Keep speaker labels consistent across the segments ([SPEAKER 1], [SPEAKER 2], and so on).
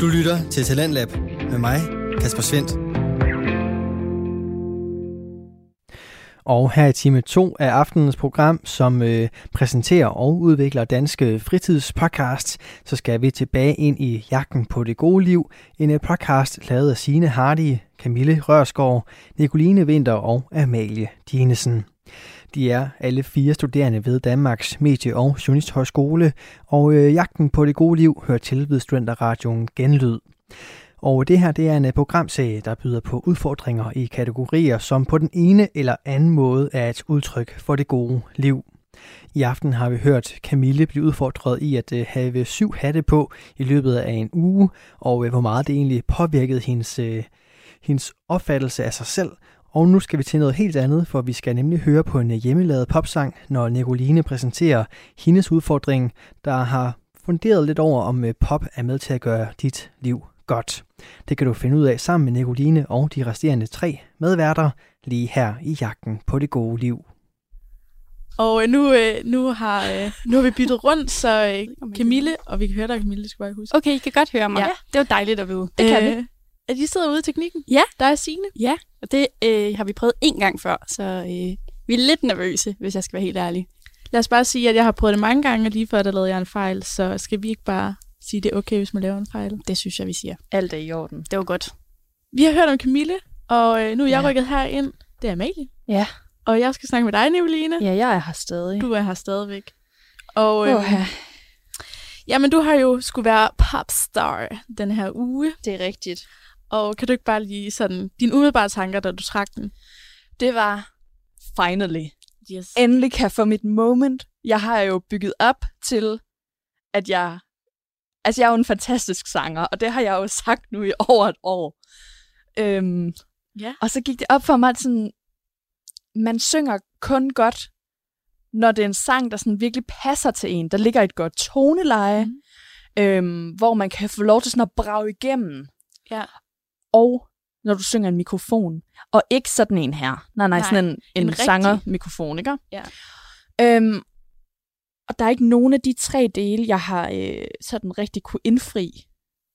[SPEAKER 1] Du lytter til Talentlab med mig, Kasper Svendt.
[SPEAKER 2] Og her i time 2 af aftenens program, som øh, præsenterer og udvikler danske fritidspodcasts, så skal vi tilbage ind i Jagten på det gode liv, en øh, podcast lavet af Signe Hardy, Camille Rørsgaard, Nicoline Vinter og Amalie Dinesen. De er alle fire studerende ved Danmarks Medie- og Journalisthøjskole, og øh, Jagten på det gode liv hører til ved Studenterradioen Genlyd. Og det her det er en øh, programserie, der byder på udfordringer i kategorier, som på den ene eller anden måde er et udtryk for det gode liv. I aften har vi hørt Camille blive udfordret i at øh, have syv hatte på i løbet af en uge, og øh, hvor meget det egentlig påvirkede hendes, øh, hendes opfattelse af sig selv. Og nu skal vi til noget helt andet, for vi skal nemlig høre på en øh, hjemmelavet popsang, når Nicoline præsenterer hendes udfordring, der har funderet lidt over, om øh, pop er med til at gøre dit liv godt. Det kan du finde ud af sammen med Nicoline og de resterende tre medværter lige her i jagten på det gode liv.
[SPEAKER 3] Og øh, nu, øh, nu, har, øh, nu har vi byttet rundt, så øh, Camille, og vi kan høre dig, Camille, det skal bare ikke huske.
[SPEAKER 4] Okay, I kan godt høre mig.
[SPEAKER 3] Ja.
[SPEAKER 4] Ja. Det var dejligt at vide. Det kan vi.
[SPEAKER 3] Øh, At I sidder ude i teknikken?
[SPEAKER 4] Ja.
[SPEAKER 3] Der er Signe.
[SPEAKER 4] Ja, og det øh, har vi prøvet en gang før, så øh, vi er lidt nervøse, hvis jeg skal være helt ærlig.
[SPEAKER 3] Lad os bare sige, at jeg har prøvet det mange gange, og lige før der lavede jeg en fejl, så skal vi ikke bare sige, det er okay, hvis man laver en fejl.
[SPEAKER 4] Det synes jeg, vi siger.
[SPEAKER 5] Alt er i orden.
[SPEAKER 4] Det var godt.
[SPEAKER 3] Vi har hørt om Camille, og øh, nu er jeg ja.
[SPEAKER 5] Ja.
[SPEAKER 3] rykket herind. Det er Amalie.
[SPEAKER 5] Ja.
[SPEAKER 3] Og jeg skal snakke med dig, Nicoline.
[SPEAKER 5] Ja, jeg er her stadig.
[SPEAKER 3] Du er her stadigvæk. Og øh,
[SPEAKER 5] Åh, ja.
[SPEAKER 3] jamen, du har jo skulle være popstar den her uge,
[SPEAKER 5] det er rigtigt.
[SPEAKER 3] og kan du ikke bare lige sådan dine umiddelbare tanker, da du trak den?
[SPEAKER 5] Det var finally.
[SPEAKER 3] Yes.
[SPEAKER 5] Endelig kan jeg få mit moment. Jeg har jo bygget op til, at jeg... Altså, jeg er jo en fantastisk sanger, og det har jeg jo sagt nu i over et år. Øhm,
[SPEAKER 3] Ja.
[SPEAKER 5] Og så gik det op for mig, at sådan, man synger kun godt, når det er en sang, der sådan virkelig passer til en. Der ligger et godt toneleje,
[SPEAKER 3] Mhm.
[SPEAKER 5] mm. øhm, hvor man kan få lov til sådan at brage igennem.
[SPEAKER 3] Ja.
[SPEAKER 5] Og når du synger en mikrofon. Og ikke sådan en her. Nej, nej,
[SPEAKER 3] Nej,
[SPEAKER 5] nej sådan en, en,
[SPEAKER 3] en
[SPEAKER 5] en
[SPEAKER 3] rigtig.
[SPEAKER 5] sanger-mikrofon, ikke?
[SPEAKER 3] Ja.
[SPEAKER 5] Øhm, og der er ikke nogen af de tre dele, jeg har øh, sådan rigtig kunne indfri.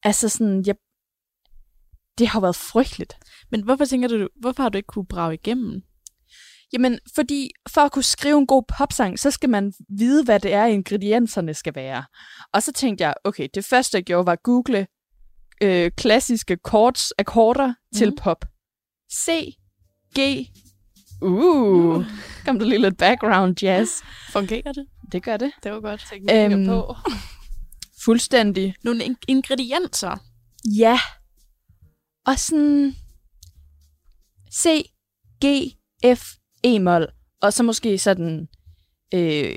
[SPEAKER 5] Altså sådan, jeg, det har været frygteligt.
[SPEAKER 3] Men hvorfor tænker du, hvorfor har du ikke kunne brage igennem?
[SPEAKER 5] Jamen, fordi for at kunne skrive en god popsang, så skal man vide, hvad det er, ingredienserne skal være. Og så tænkte jeg, okay, det første, jeg gjorde, var at google øh, klassiske chords, akkorder mm. til
[SPEAKER 3] Mhm.
[SPEAKER 5] pop. C, G, uh, uh. kom der lige lidt background jazz.
[SPEAKER 3] Fungerer det?
[SPEAKER 5] Det gør det.
[SPEAKER 3] Det var godt.
[SPEAKER 5] Øhm.
[SPEAKER 3] på.
[SPEAKER 5] Fuldstændig.
[SPEAKER 3] Nogle in- ingredienser.
[SPEAKER 5] Ja. Og sådan... C, G, F, E-mol. Og så måske sådan... Øh,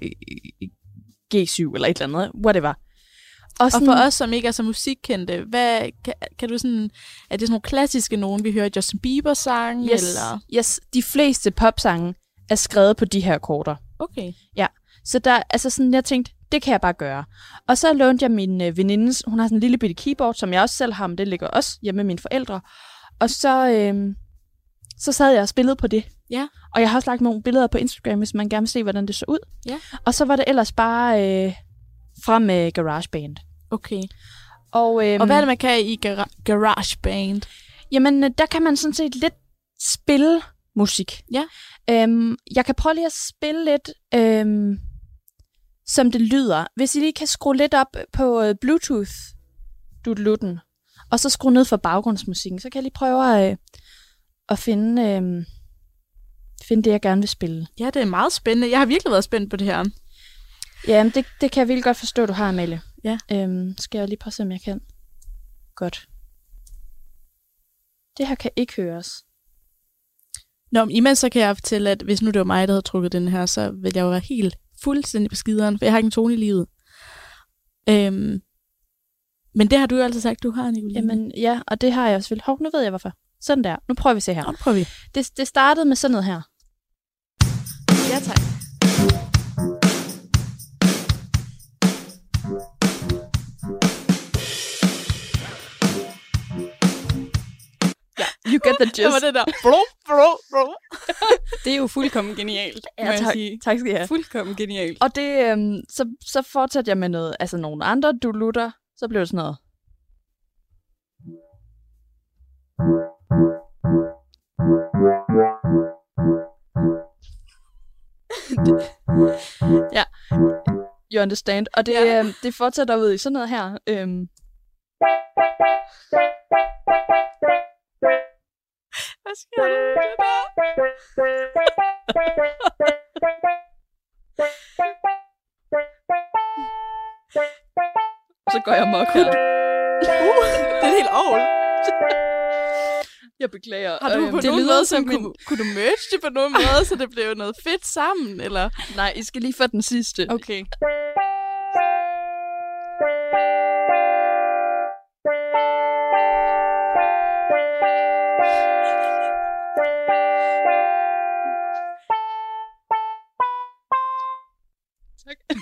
[SPEAKER 5] G7 eller et eller andet. Whatever. Og,
[SPEAKER 3] Og
[SPEAKER 5] sådan,
[SPEAKER 3] for os, som ikke er så musikkendte, hvad, kan, kan du sådan, er det sådan nogle klassiske nogen, vi hører Justin Bieber sang?
[SPEAKER 5] Yes,
[SPEAKER 3] Eller?
[SPEAKER 5] yes, de fleste popsange er skrevet på de her akkorder.
[SPEAKER 3] Okay.
[SPEAKER 5] Så der, altså sådan, jeg tænkte, det kan jeg bare gøre. Og så lånte jeg min øh, venindes, hun har sådan en lille bitte keyboard, som jeg også selv har, men det ligger også hjemme med mine forældre. Og så, øh, så sad jeg og spillede på det.
[SPEAKER 3] Ja.
[SPEAKER 5] Og jeg har også lagt nogle billeder på Instagram, hvis man gerne vil se, hvordan det så ud.
[SPEAKER 3] Ja.
[SPEAKER 5] Og så var det ellers bare øh, frem med GarageBand.
[SPEAKER 3] Okay.
[SPEAKER 5] Og, øh,
[SPEAKER 3] Og hvad er det, man kan i gara- Garage Band?
[SPEAKER 5] Jamen, øh, der kan man sådan set lidt spille musik.
[SPEAKER 3] Ja.
[SPEAKER 5] Øhm, jeg kan prøve lige at spille lidt, øhm, som det lyder. Hvis I lige kan skrue lidt op på øh, bluetooth dutluten og så skrue ned for baggrundsmusikken, så kan jeg lige prøve øh, at finde, øh, finde det, jeg gerne vil spille.
[SPEAKER 3] Ja, det er meget spændende. Jeg har virkelig været spændt på det her.
[SPEAKER 5] Ja, det, det kan jeg virkelig godt forstå, du har, Amalie.
[SPEAKER 3] Ja.
[SPEAKER 5] Øhm, skal jeg lige prøve at se, om jeg kan. Godt. Det her kan ikke høres.
[SPEAKER 3] Nå, men imens så kan jeg fortælle, at hvis nu det var mig, der havde trukket den her, så ville jeg jo være helt fuldstændig på skideren, for jeg har ikke en tone i livet. Øhm, men det har du jo altid sagt, du har, Nicoline.
[SPEAKER 5] Jamen ja, og det har jeg også vil. Hov, nu ved jeg hvorfor. Sådan der. Nu prøver vi at se her.
[SPEAKER 3] Nå, nu prøver vi.
[SPEAKER 5] Det, det startede med sådan noget her.
[SPEAKER 3] Ja, tak.
[SPEAKER 5] You get the
[SPEAKER 3] Det var
[SPEAKER 5] gist.
[SPEAKER 3] det der. Bro, bro, bro.
[SPEAKER 4] Det er jo fuldkommen genialt, må jeg sige.
[SPEAKER 5] tak skal I have.
[SPEAKER 4] Fuldkommen genialt.
[SPEAKER 5] Og det, øhm, så, så fortsatte jeg med noget, altså nogle andre dulutter. Så blev det sådan noget. You understand. Og det, ja. øh, det fortsætter ud i sådan noget her. Øhm,
[SPEAKER 4] Hvad sker der?
[SPEAKER 5] så går jeg mok. her.
[SPEAKER 4] Det er helt ovl.
[SPEAKER 5] Jeg beklager.
[SPEAKER 3] Har du
[SPEAKER 5] Øhm,
[SPEAKER 3] på
[SPEAKER 5] det
[SPEAKER 3] nogen
[SPEAKER 5] lyder
[SPEAKER 3] måde,
[SPEAKER 5] som
[SPEAKER 3] sådan, kunne,
[SPEAKER 5] min...
[SPEAKER 3] kunne du merge det på nogen måde, så det blev noget fedt sammen, eller?
[SPEAKER 5] Nej, I skal lige få den sidste.
[SPEAKER 3] Okay.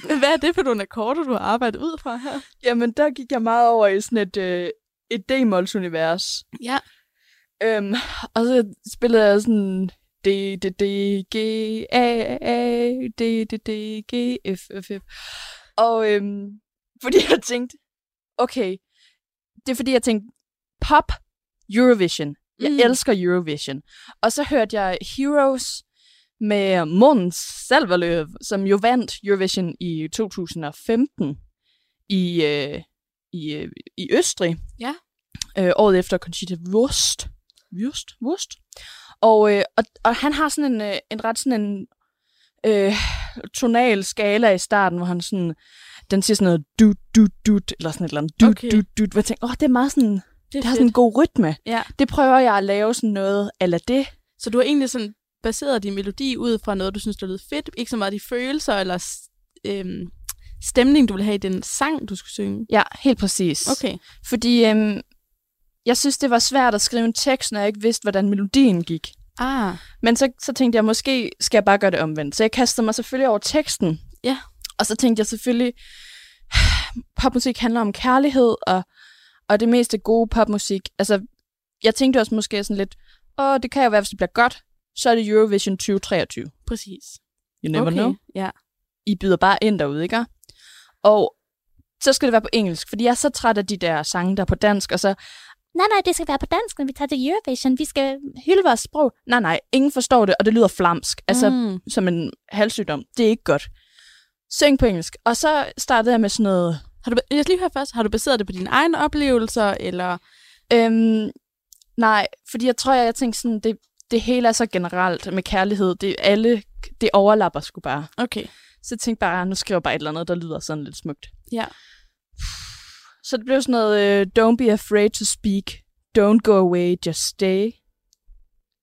[SPEAKER 3] Hvad er det for nogle akkorder, du har arbejdet ud fra her?
[SPEAKER 5] Jamen, der gik jeg meget over i sådan et, øh, et D-mols-univers.
[SPEAKER 3] Ja.
[SPEAKER 5] Øhm, og så spillede jeg sådan D, D, D, G, A, A, D, D, D, G, F, F, F. Og øhm, fordi jeg tænkte, okay, det er fordi jeg tænkte, pop, Eurovision. Jeg
[SPEAKER 3] Mm.
[SPEAKER 5] mm. elsker Eurovision. Og så hørte jeg Heroes med Måns Salverløv, som jo vandt Eurovision i 2015 i, øh, i, øh, i Østrig.
[SPEAKER 3] Ja.
[SPEAKER 5] Øh, året efter Conchita Wurst. Wurst? Wurst. Og, øh, og, og han har sådan en, øh, en ret sådan en øh, tonal skala i starten, hvor han sådan, den siger sådan noget dut, dut, dut, eller sådan et eller andet dut,
[SPEAKER 3] Okay.
[SPEAKER 5] okay. dut, dut, hvor jeg tænker, åh, det er meget sådan, det,
[SPEAKER 3] Det
[SPEAKER 5] det har sådan en god rytme.
[SPEAKER 3] Ja.
[SPEAKER 5] Det prøver jeg at lave sådan noget, eller det.
[SPEAKER 3] Så du har egentlig sådan baseret din melodi ud fra noget, du synes, der lød fedt. Ikke så meget de følelser eller s- øhm, stemning, du ville have i den sang, du skulle synge.
[SPEAKER 5] Ja, helt præcis.
[SPEAKER 3] Okay.
[SPEAKER 5] Fordi øhm, jeg synes, det var svært at skrive en tekst, når jeg ikke vidste, hvordan melodien gik.
[SPEAKER 3] Ah,
[SPEAKER 5] Men så, så tænkte jeg, måske skal jeg bare gøre det omvendt. Så jeg kastede mig selvfølgelig over teksten.
[SPEAKER 3] Ja.
[SPEAKER 5] Og så tænkte jeg selvfølgelig, popmusik handler om kærlighed, og, og det meste gode popmusik. Altså, jeg tænkte også måske sådan lidt, åh, det kan jo være, hvis det bliver godt, så er det Eurovision 2023.
[SPEAKER 3] præcis.
[SPEAKER 5] You never
[SPEAKER 3] okay.
[SPEAKER 5] know.
[SPEAKER 3] Ja.
[SPEAKER 5] I byder bare ind derude, ikke? Og så skal det være på engelsk, fordi jeg er så træt af de der sange, der er på dansk, og så, nej, nej, det skal være på dansk, når vi tager til Eurovision, vi skal hylde vores sprog. Nej, nej, ingen forstår det, og det lyder flamsk, altså
[SPEAKER 3] mm.
[SPEAKER 5] som en halssygdom. Det er ikke godt. Syng på engelsk. Og så startede jeg med sådan noget,
[SPEAKER 3] har du, jeg skal lige høre først, har du baseret det på dine egne oplevelser, eller...
[SPEAKER 5] øhm, nej, fordi jeg tror, jeg, jeg tænkte sådan, det, det hele er så generelt med kærlighed, det er alle, det overlapper sgu bare.
[SPEAKER 3] Okay.
[SPEAKER 5] Så jeg tænkte bare, "Ah, nu skriver jeg bare et eller andet, der lyder sådan lidt smukt.
[SPEAKER 3] Ja.
[SPEAKER 5] Så det blev sådan noget, øh, don't be afraid to speak, don't go away, just stay.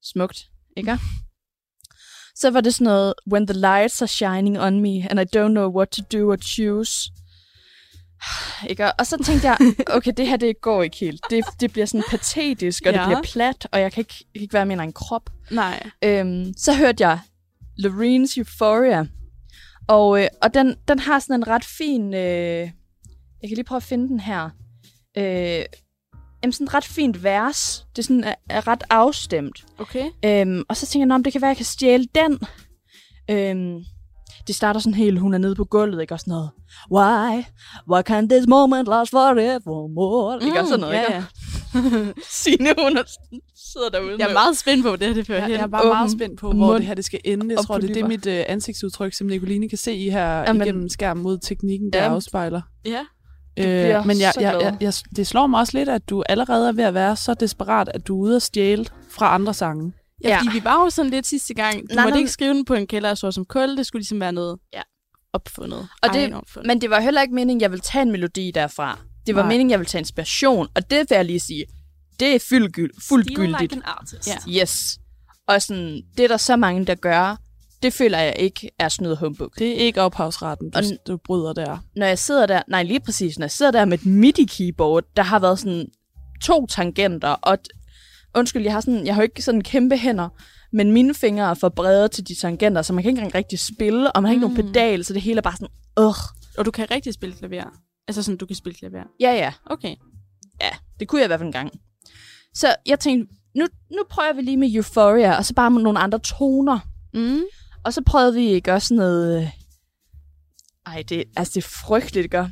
[SPEAKER 5] Smukt, ikke? Så var det sådan noget, when the lights are shining on me, and I don't know what to do or choose. Ikke? Og så tænkte jeg, okay, det her det går ikke helt. Det, det bliver sådan patetisk, og ja.
[SPEAKER 3] Ja.
[SPEAKER 5] det bliver plat, og jeg kan ikke, ikke være min egen krop.
[SPEAKER 3] Nej.
[SPEAKER 5] Øhm, så hørte jeg Lorene's Euphoria. Og, øh, og den, den har sådan en ret fin... Øh, jeg kan lige prøve at finde den her. Øh, jamen sådan et ret fint vers. Det er, sådan, er, er ret afstemt.
[SPEAKER 3] Okay.
[SPEAKER 5] Øhm, og så tænker jeg, "Nå, men det kan være, jeg kan stjæle den. Øhm, det starter sådan helt, hun er nede på gulvet, ikke? Og sådan noget. Why? Why can't this moment last forevermore? Mm, ikke? Og sådan noget,
[SPEAKER 3] ja,
[SPEAKER 5] ikke?
[SPEAKER 3] ja.
[SPEAKER 5] Signe, hun er, sådan- sidder derude
[SPEAKER 3] Jeg
[SPEAKER 5] med-
[SPEAKER 3] er meget spændt på, hvor det her det fører
[SPEAKER 4] Jeg,
[SPEAKER 3] hen.
[SPEAKER 4] jeg er bare åben, meget
[SPEAKER 5] åben
[SPEAKER 4] spændt på, hvor
[SPEAKER 5] mund
[SPEAKER 4] det her det skal ende. Jeg
[SPEAKER 5] og
[SPEAKER 4] tror, det, det er
[SPEAKER 5] polypper.
[SPEAKER 4] mit øh, ansigtsudtryk, som Nicoline kan se i her
[SPEAKER 5] Jamen.
[SPEAKER 4] Jamen. igennem skærmen mod teknikken, der
[SPEAKER 5] Jamen.
[SPEAKER 4] afspejler. Øh,
[SPEAKER 3] Ja.
[SPEAKER 5] Du bliver
[SPEAKER 4] men jeg,
[SPEAKER 5] så
[SPEAKER 4] jeg,
[SPEAKER 5] glad.
[SPEAKER 4] jeg, jeg, det slår mig også lidt, at du allerede er ved at være så desperat, at du er ude og stjæle fra andre sange.
[SPEAKER 3] Ja, fordi vi var jo sådan lidt sidste gang. Du
[SPEAKER 5] Nej,
[SPEAKER 3] måtte
[SPEAKER 5] nej.
[SPEAKER 3] ikke skrive den på en kælder og så som kul. Det skulle ligesom være noget
[SPEAKER 5] Ja.
[SPEAKER 3] opfundet.
[SPEAKER 5] Og det-
[SPEAKER 3] Egen opfundet.
[SPEAKER 5] Men det var heller ikke meningen, jeg ville tage en melodi derfra. Det var
[SPEAKER 3] Nej.
[SPEAKER 5] Nej. meningen, jeg ville tage inspiration, og det vil jeg lige sige, det er fuldgyld, fuldt gyldigt.
[SPEAKER 4] artist.
[SPEAKER 3] Ja.
[SPEAKER 4] Ja.
[SPEAKER 5] Yes. Og sådan, det er der så mange, der gør, det føler jeg ikke er snyd og humbug.
[SPEAKER 4] Det er ikke ophavsretten, du,
[SPEAKER 5] Og-
[SPEAKER 4] du bryder der.
[SPEAKER 5] Når jeg sidder der, nej lige præcis, når jeg sidder der med et MIDI-keyboard, der har været sådan to tangenter, og t- undskyld, jeg har, sådan, jeg har jo ikke sådan kæmpe hænder, men mine fingre er for brede til de tangenter, så man kan ikke engang rigtig spille, og man har ikke mm. nogen pedal, så det hele er bare sådan, øh,
[SPEAKER 3] Og du kan rigtig spille klaver. Altså sådan, du kan spille klaver.
[SPEAKER 5] ja ja.
[SPEAKER 3] Okay.
[SPEAKER 5] ja, det kunne jeg i hvert fald en gang. Så jeg tænkte, nu, nu prøver vi lige med Euphoria, og så bare med nogle andre toner.
[SPEAKER 3] Mm.
[SPEAKER 5] Og så prøvede vi ikke også noget... øh, Ej, det, altså, det er frygteligt, ikke?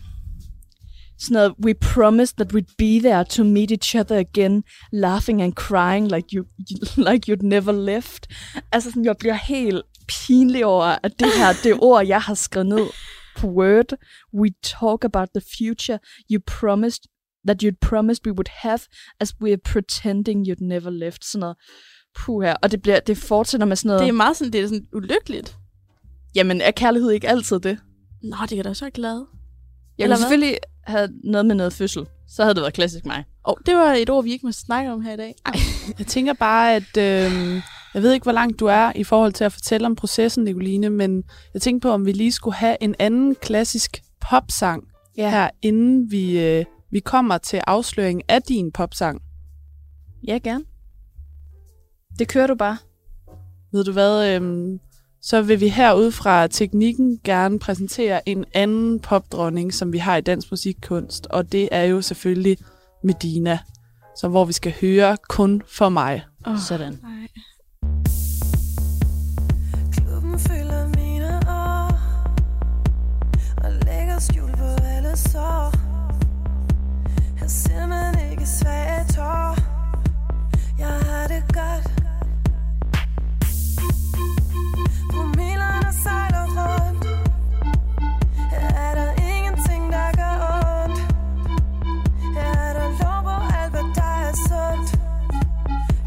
[SPEAKER 5] Sådan noget, we promised that we'd be there to meet each other again, laughing and crying like, you, like you'd never left. Altså sådan, jeg bliver helt pinlig over, at det her, det ord, jeg har skrevet ned på Word. We talk about the future you promised, that you'd promised we would have, as we're pretending you'd never left. Sådan noget. Puh her. Og det, bliver, det fortsætter med sådan noget.
[SPEAKER 6] Det er meget sådan, det er sådan ulykkeligt.
[SPEAKER 5] Jamen, er kærlighed ikke altid det?
[SPEAKER 6] Nå, det er da så glad.
[SPEAKER 5] Jeg
[SPEAKER 6] Eller
[SPEAKER 5] ville
[SPEAKER 6] hvad?
[SPEAKER 5] selvfølgelig have noget med noget fødsel. Så havde det været klassisk mig.
[SPEAKER 6] Og det var et ord, vi ikke må snakke om her i dag.
[SPEAKER 7] Jeg tænker bare, at
[SPEAKER 4] øhm,
[SPEAKER 7] øh, jeg ved ikke, hvor langt du er i forhold til at fortælle om processen, Nicoline, men jeg tænkte på, om vi lige skulle have en anden klassisk popsang
[SPEAKER 5] Ja.
[SPEAKER 7] her, inden vi, øh, vi kommer til afsløringen af din popsang.
[SPEAKER 5] Ja, gerne. Det kører du bare.
[SPEAKER 7] Ved du hvad, øhm, så vil vi herude fra Teknikken gerne præsentere en anden popdronning, som vi har i dansk musikkunst, og det er jo selvfølgelig Medina, så hvor vi skal høre kun for mig.
[SPEAKER 6] Oh,
[SPEAKER 5] Sådan.
[SPEAKER 6] nej.
[SPEAKER 8] Klubben fylder mine år Og lægger skjul på alle sår Her ser man ikke svage tår Jeg har det godt Promillerne sejler rundt Her er der ingenting, der gør ondt Her er der lov på alt, hvad der er sundt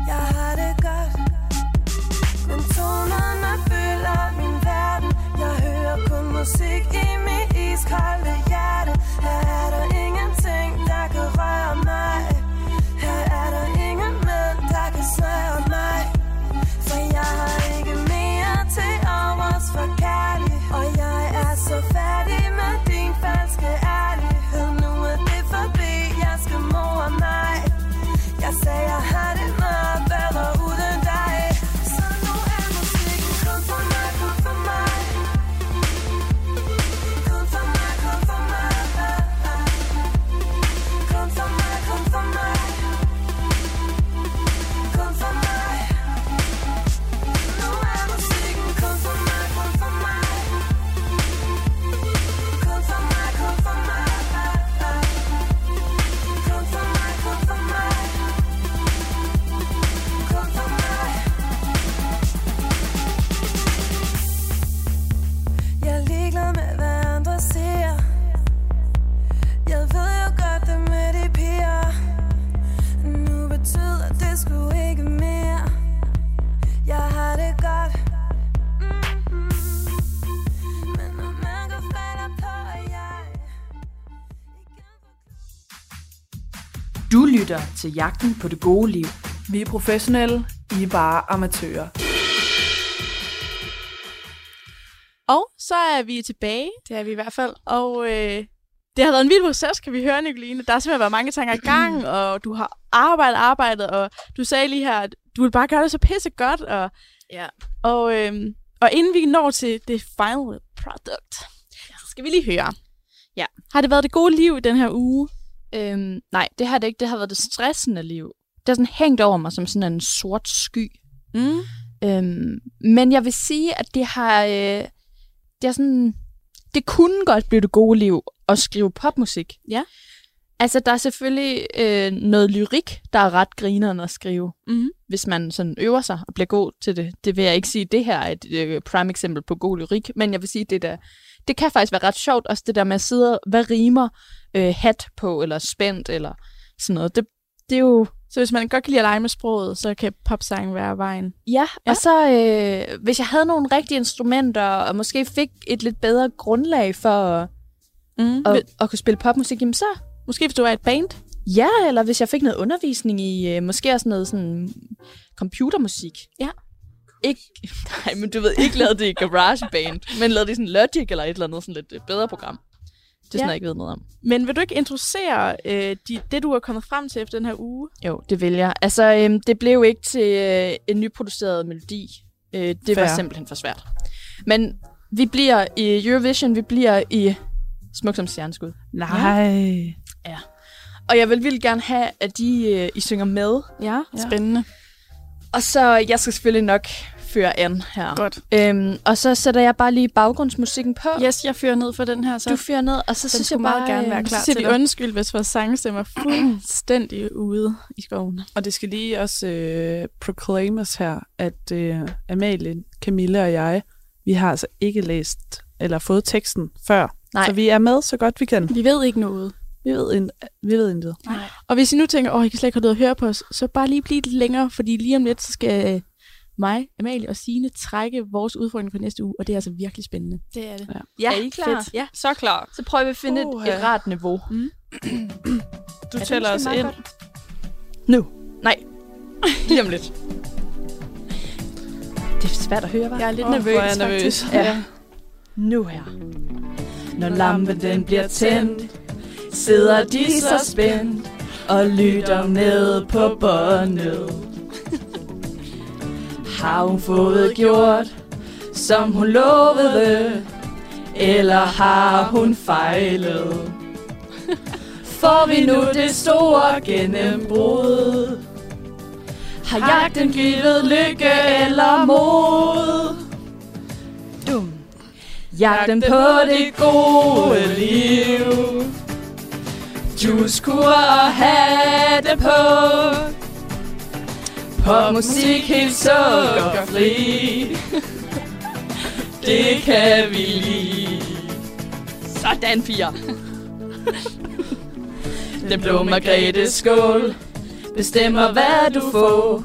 [SPEAKER 8] Jeg har det godt men tonerne fylder min verden Jeg hører kun musik i mit iskolde hjerte Her er der ingenting, der kan røre mig Her er der ingen mænd, der kan snøre mig For jeg har ikke mere til overs for kærlig Og jeg er så færdig med din falske ærlighed Nu er det forbi, jeg skal mor mig jeg sagde, jeg har det meget bedre uden dig Så nu er musikken kun for mig, kun for mig Kun for mig, kun for mig Kun for mig, kun for mig Kun for mig Nu er musikken kun for mig, kun for mig Kun for mig, kun for mig Kun for mig, kun for mig Kun for mig Jeg er ligeglad med, hvad andre siger Jeg ved jo godt det med de piger Nu betyder det sgu ikke mere Jeg har det godt Mhm. Men når mørket falder på, og jeg igen får-
[SPEAKER 9] Du lytter til Jagten på det gode liv.
[SPEAKER 7] Vi er professionelle, I er bare amatører.
[SPEAKER 6] Og så er vi tilbage,
[SPEAKER 10] Det er vi i hvert fald.
[SPEAKER 6] og øh, det har været en vild proces, kan vi høre, Nicoline. Der har simpelthen været mange tanker i gang, og du har arbejdet arbejdet, og du sagde lige her, at du vil bare gøre det så pisse godt. Og,
[SPEAKER 10] Ja.
[SPEAKER 6] og, øh, og inden vi når til det final product, så skal vi lige høre.
[SPEAKER 5] Ja.
[SPEAKER 6] Har det været det gode liv i den her uge?
[SPEAKER 5] Øhm, nej, det har det ikke. Det har været det stressende liv. Det har sådan hængt over mig som sådan en sort sky.
[SPEAKER 6] Mm.
[SPEAKER 5] Øhm, men jeg vil sige, at det har... Øh, det er sådan... Det kunne godt blive det gode liv at skrive popmusik.
[SPEAKER 6] Ja.
[SPEAKER 5] Altså, der er selvfølgelig øh, noget lyrik, der er ret grineren at skrive.
[SPEAKER 6] Mhm.
[SPEAKER 5] Hvis man sådan øver sig og bliver god til det. Det vil jeg ikke sige, det her er et øh, prime eksempel på god lyrik, men jeg vil sige, det der, det kan faktisk være ret sjovt, også det der med at sidde, og- hvad rimer øh, hat på, eller spændt, eller sådan noget. Det, det er jo
[SPEAKER 6] Så hvis man godt kan lide at lege med sproget, så kan popsangen være vejen.
[SPEAKER 5] Ja,
[SPEAKER 6] Ja.
[SPEAKER 5] ja. og så øh, hvis jeg havde nogle rigtige instrumenter, og måske fik et lidt bedre grundlag for at,
[SPEAKER 6] Mm.
[SPEAKER 5] at, at kunne spille popmusik, jamen så
[SPEAKER 6] Måske hvis du er et band.
[SPEAKER 5] ja, eller hvis jeg fik noget undervisning i øh, måske også noget sådan computermusik.
[SPEAKER 6] Ja.
[SPEAKER 5] Ikke, nej, men du ved, ikke lavede det i GarageBand, men lavede det i sådan Logic eller et eller andet sådan lidt øh, bedre program. Det er sådan,
[SPEAKER 6] Ja.
[SPEAKER 5] ja. jeg ikke ved noget om.
[SPEAKER 6] Men vil du ikke introducere øh, de, det, du er kommet frem til efter den her uge?
[SPEAKER 5] Jo, det vil jeg. Altså, øhm, det blev ikke til øh, en nyproduceret melodi. Øh, det Fair.
[SPEAKER 7] Fair.
[SPEAKER 5] var simpelthen for svært. Men vi bliver i Eurovision, vi bliver i Smuk som Stjerneskud.
[SPEAKER 7] Nej.
[SPEAKER 5] Og jeg vil vildt gerne have, at de, øh, I synger med.
[SPEAKER 6] Ja.
[SPEAKER 10] Spændende.
[SPEAKER 5] Og så, jeg skal selvfølgelig nok fører an her.
[SPEAKER 4] Godt.
[SPEAKER 5] Øhm, og så sætter jeg bare lige baggrundsmusikken på.
[SPEAKER 4] Yes, jeg fyrer ned for den her, så
[SPEAKER 5] Du fyrer ned, og så
[SPEAKER 4] den
[SPEAKER 5] synes jeg
[SPEAKER 4] skulle
[SPEAKER 5] bare...
[SPEAKER 4] meget gerne være
[SPEAKER 5] øh,
[SPEAKER 4] klar
[SPEAKER 3] Så siger
[SPEAKER 4] til
[SPEAKER 3] vi
[SPEAKER 4] det.
[SPEAKER 3] undskyld, hvis vores sangstemmer er fuldstændig ude i skoven.
[SPEAKER 7] Og det skal lige også øh, proclaimes her, at øh, Amalie, Camilla og jeg, vi har altså ikke læst eller fået teksten før.
[SPEAKER 5] Nej.
[SPEAKER 7] Så vi er med så godt vi kan.
[SPEAKER 4] Vi ved ikke noget.
[SPEAKER 7] Vi ved, ind, vi ved intet.
[SPEAKER 3] Og hvis I nu tænker, åh, I kan slet ikke holde ud at høre på os, så bare lige blive lidt længere, fordi lige om lidt, så skal øh, mig, Amalie og Sine trække vores udfordring for næste uge, og det er altså virkelig spændende.
[SPEAKER 4] Det er det.
[SPEAKER 5] Ja,
[SPEAKER 4] er I klar?
[SPEAKER 5] fedt.
[SPEAKER 4] Ja, så klar.
[SPEAKER 5] Så prøver vi at finde et,
[SPEAKER 7] Uha.
[SPEAKER 5] et rart niveau.
[SPEAKER 4] Mm.
[SPEAKER 7] Du tæller os ind.
[SPEAKER 5] Lige om lidt. Det er svært at høre, hva'?
[SPEAKER 4] Jeg er lidt
[SPEAKER 7] Åh,
[SPEAKER 4] oh, nervøs,
[SPEAKER 7] hvor er jeg nervøs.
[SPEAKER 4] faktisk.
[SPEAKER 5] Ja. Nu her.
[SPEAKER 10] Når lampen den bliver tændt, sidder de så spændt og lytter med på båndet. Har hun fået gjort, som hun lovede, eller har hun fejlet? Får vi nu det store gennembrud? Har jagten givet lykke eller mod? Dum. Jagten på det gode liv Juice kur og hatte på Popmusik helt sukkerfri Det kan vi lide
[SPEAKER 5] Sådan, fire.
[SPEAKER 10] Den blå Margrethe skål Bestemmer hvad du får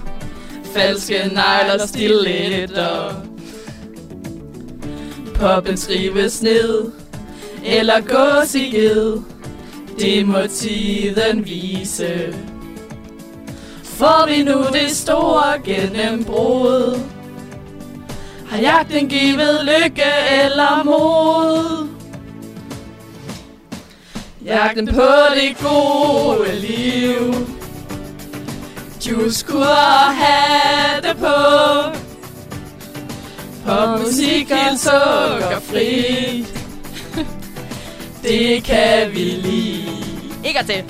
[SPEAKER 10] Falske negler stiletter Poppen skrives ned Eller gås i ged Det må tiden vise Får vi nu det store gennembrud Har jagten givet lykke eller mod? Jagten på det gode liv Juice kur og hatte på Popmusik helt sukkerfri Det kan vi lide
[SPEAKER 5] Ikke til.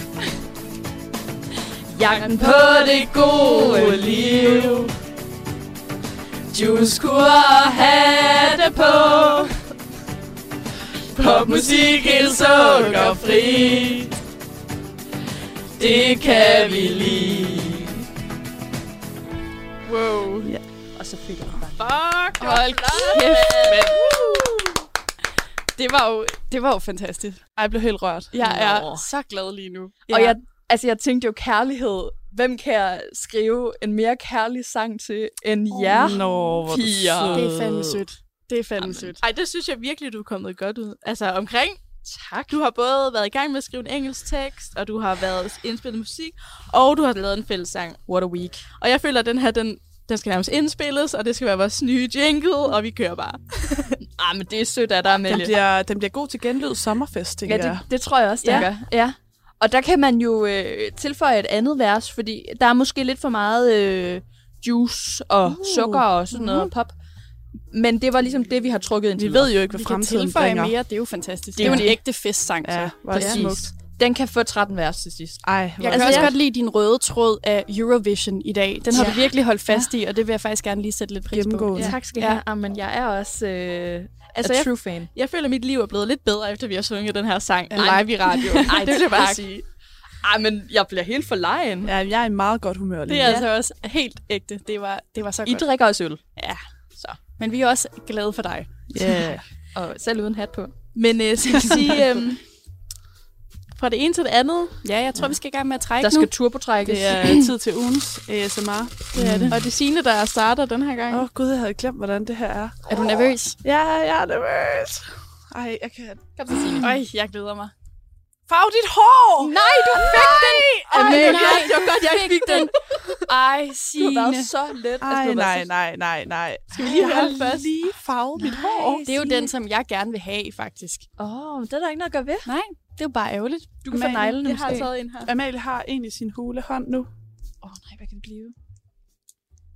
[SPEAKER 10] Jagten på det gode liv Juice kur og hatte på Popmusik helt sukkerfri Det kan vi lide
[SPEAKER 5] Og så fik jeg den bare.
[SPEAKER 4] Fuck, hold kæft, mand. Det var, jo, det var jo fantastisk.
[SPEAKER 7] Ej, Jeg blev helt rørt.
[SPEAKER 4] Jeg er
[SPEAKER 5] Nå.
[SPEAKER 4] så glad lige nu.
[SPEAKER 5] Og jeg, altså, jeg tænkte jo kærlighed. Hvem kan jeg skrive en mere kærlig sang til end jer?
[SPEAKER 7] Nå, hvor er du
[SPEAKER 5] piger.
[SPEAKER 7] sød.
[SPEAKER 4] Det er fandme sødt. Det er fandme sødt.
[SPEAKER 3] Ej, det synes jeg virkelig, du er kommet godt ud. Altså omkring. Tak. Du har både været i gang med at skrive en engelsk tekst, og du har været indspillet musik, og du har lavet en fællessang.
[SPEAKER 5] What a week.
[SPEAKER 3] Og jeg føler, at den her, den, den skal nærmest indspilles, og det skal være vores nye jingle, og vi kører bare.
[SPEAKER 5] Ah, men det er sødt af dig,
[SPEAKER 7] Den
[SPEAKER 5] Melle.
[SPEAKER 7] bliver, den bliver god til genlyd sommerfest, tænker
[SPEAKER 5] Ja,
[SPEAKER 7] jeg.
[SPEAKER 5] det, det tror jeg også, den
[SPEAKER 7] Ja.
[SPEAKER 5] ja. gør. Ja. Og der kan man jo øh, tilføje et andet vers, fordi der er måske lidt for meget øh, juice og uh. sukker og sådan noget mm. pop. Men det var ligesom det, vi har trukket ind
[SPEAKER 7] Vi ved jo ikke, hvad
[SPEAKER 4] Vi kan
[SPEAKER 7] fremtiden
[SPEAKER 4] tilføje
[SPEAKER 7] bringer.
[SPEAKER 4] mere, det er jo fantastisk.
[SPEAKER 5] Det
[SPEAKER 4] Det
[SPEAKER 5] er
[SPEAKER 4] er jo
[SPEAKER 5] det.
[SPEAKER 4] en ægte festsang, så.
[SPEAKER 7] Ja, hvor er det smukt.
[SPEAKER 5] Præcis. Den kan få 13 vers til sidst. Altså,
[SPEAKER 7] Ej, hvor
[SPEAKER 4] Jeg
[SPEAKER 7] er
[SPEAKER 4] kan
[SPEAKER 7] det
[SPEAKER 4] også
[SPEAKER 5] jeg-
[SPEAKER 4] godt lide din røde tråd af Eurovision i dag. Den har du virkelig holdt fast i, og det vil jeg faktisk gerne lige sætte lidt pris på.
[SPEAKER 7] Gennemgående.
[SPEAKER 4] Ja.
[SPEAKER 5] Tak skal
[SPEAKER 4] I
[SPEAKER 5] ja. have. Amen, jeg er også øh, altså,
[SPEAKER 3] Altså,
[SPEAKER 5] a
[SPEAKER 3] jeg,
[SPEAKER 5] true fan.
[SPEAKER 3] jeg føler, at mit liv er blevet lidt bedre, efter vi har sunget den her sang
[SPEAKER 5] Ej.
[SPEAKER 3] live i radio. Ej, det vil jeg bare sige.
[SPEAKER 5] Ej, men jeg bliver helt for lejen.
[SPEAKER 7] Ja, jeg er i meget godt humør lige
[SPEAKER 4] Det
[SPEAKER 7] nu.
[SPEAKER 4] er altså også helt ægte. Det var, det var så
[SPEAKER 5] I
[SPEAKER 4] godt.
[SPEAKER 5] drikker også øl,
[SPEAKER 4] Ja, så. Men vi er også glade for dig.
[SPEAKER 7] Yeah.
[SPEAKER 5] og selv uden hat på.
[SPEAKER 3] Men øh, skal vi sige, øhm, fra det ene til det andet,
[SPEAKER 4] Ja, jeg tror, vi skal i gang med at trække
[SPEAKER 5] Der
[SPEAKER 4] nu.
[SPEAKER 5] skal turbotrækkes.
[SPEAKER 7] Det er
[SPEAKER 3] Øh,
[SPEAKER 7] tid til ugens ASMR.
[SPEAKER 4] Det er det.
[SPEAKER 3] og det er Signe, der starter den her gang.
[SPEAKER 7] Åh oh, gud, jeg havde glemt, hvordan det her er.
[SPEAKER 4] Er du nervøs?
[SPEAKER 7] Ja, jeg er nervøs. Ej, jeg kan...
[SPEAKER 4] Kom så, Signe. Øj, jeg glæder mig.
[SPEAKER 7] Farv dit hår!
[SPEAKER 4] Nej, du fik den! Ej,
[SPEAKER 3] Amalie,
[SPEAKER 5] øh,
[SPEAKER 3] det
[SPEAKER 4] nej,
[SPEAKER 3] var godt, det var godt, jeg
[SPEAKER 4] fik den. Ej, Signe.
[SPEAKER 5] så let.
[SPEAKER 7] Ej, nej, nej, nej, nej. Skal vi
[SPEAKER 3] lige
[SPEAKER 7] jeg
[SPEAKER 3] holde
[SPEAKER 7] har
[SPEAKER 3] fast?
[SPEAKER 7] lige farvet mit hår?
[SPEAKER 4] Det er jo den, som jeg gerne vil have, faktisk.
[SPEAKER 5] Åh, oh, det er der ikke noget at gøre ved.
[SPEAKER 4] Nej, det er jo bare ærgerligt.
[SPEAKER 5] Du kan få
[SPEAKER 7] Men
[SPEAKER 5] neglene
[SPEAKER 3] Jeg har
[SPEAKER 5] måske.
[SPEAKER 3] taget en her.
[SPEAKER 7] Amalie har en i sin hule hånd nu.
[SPEAKER 4] Åh oh, nej, hvad kan det blive?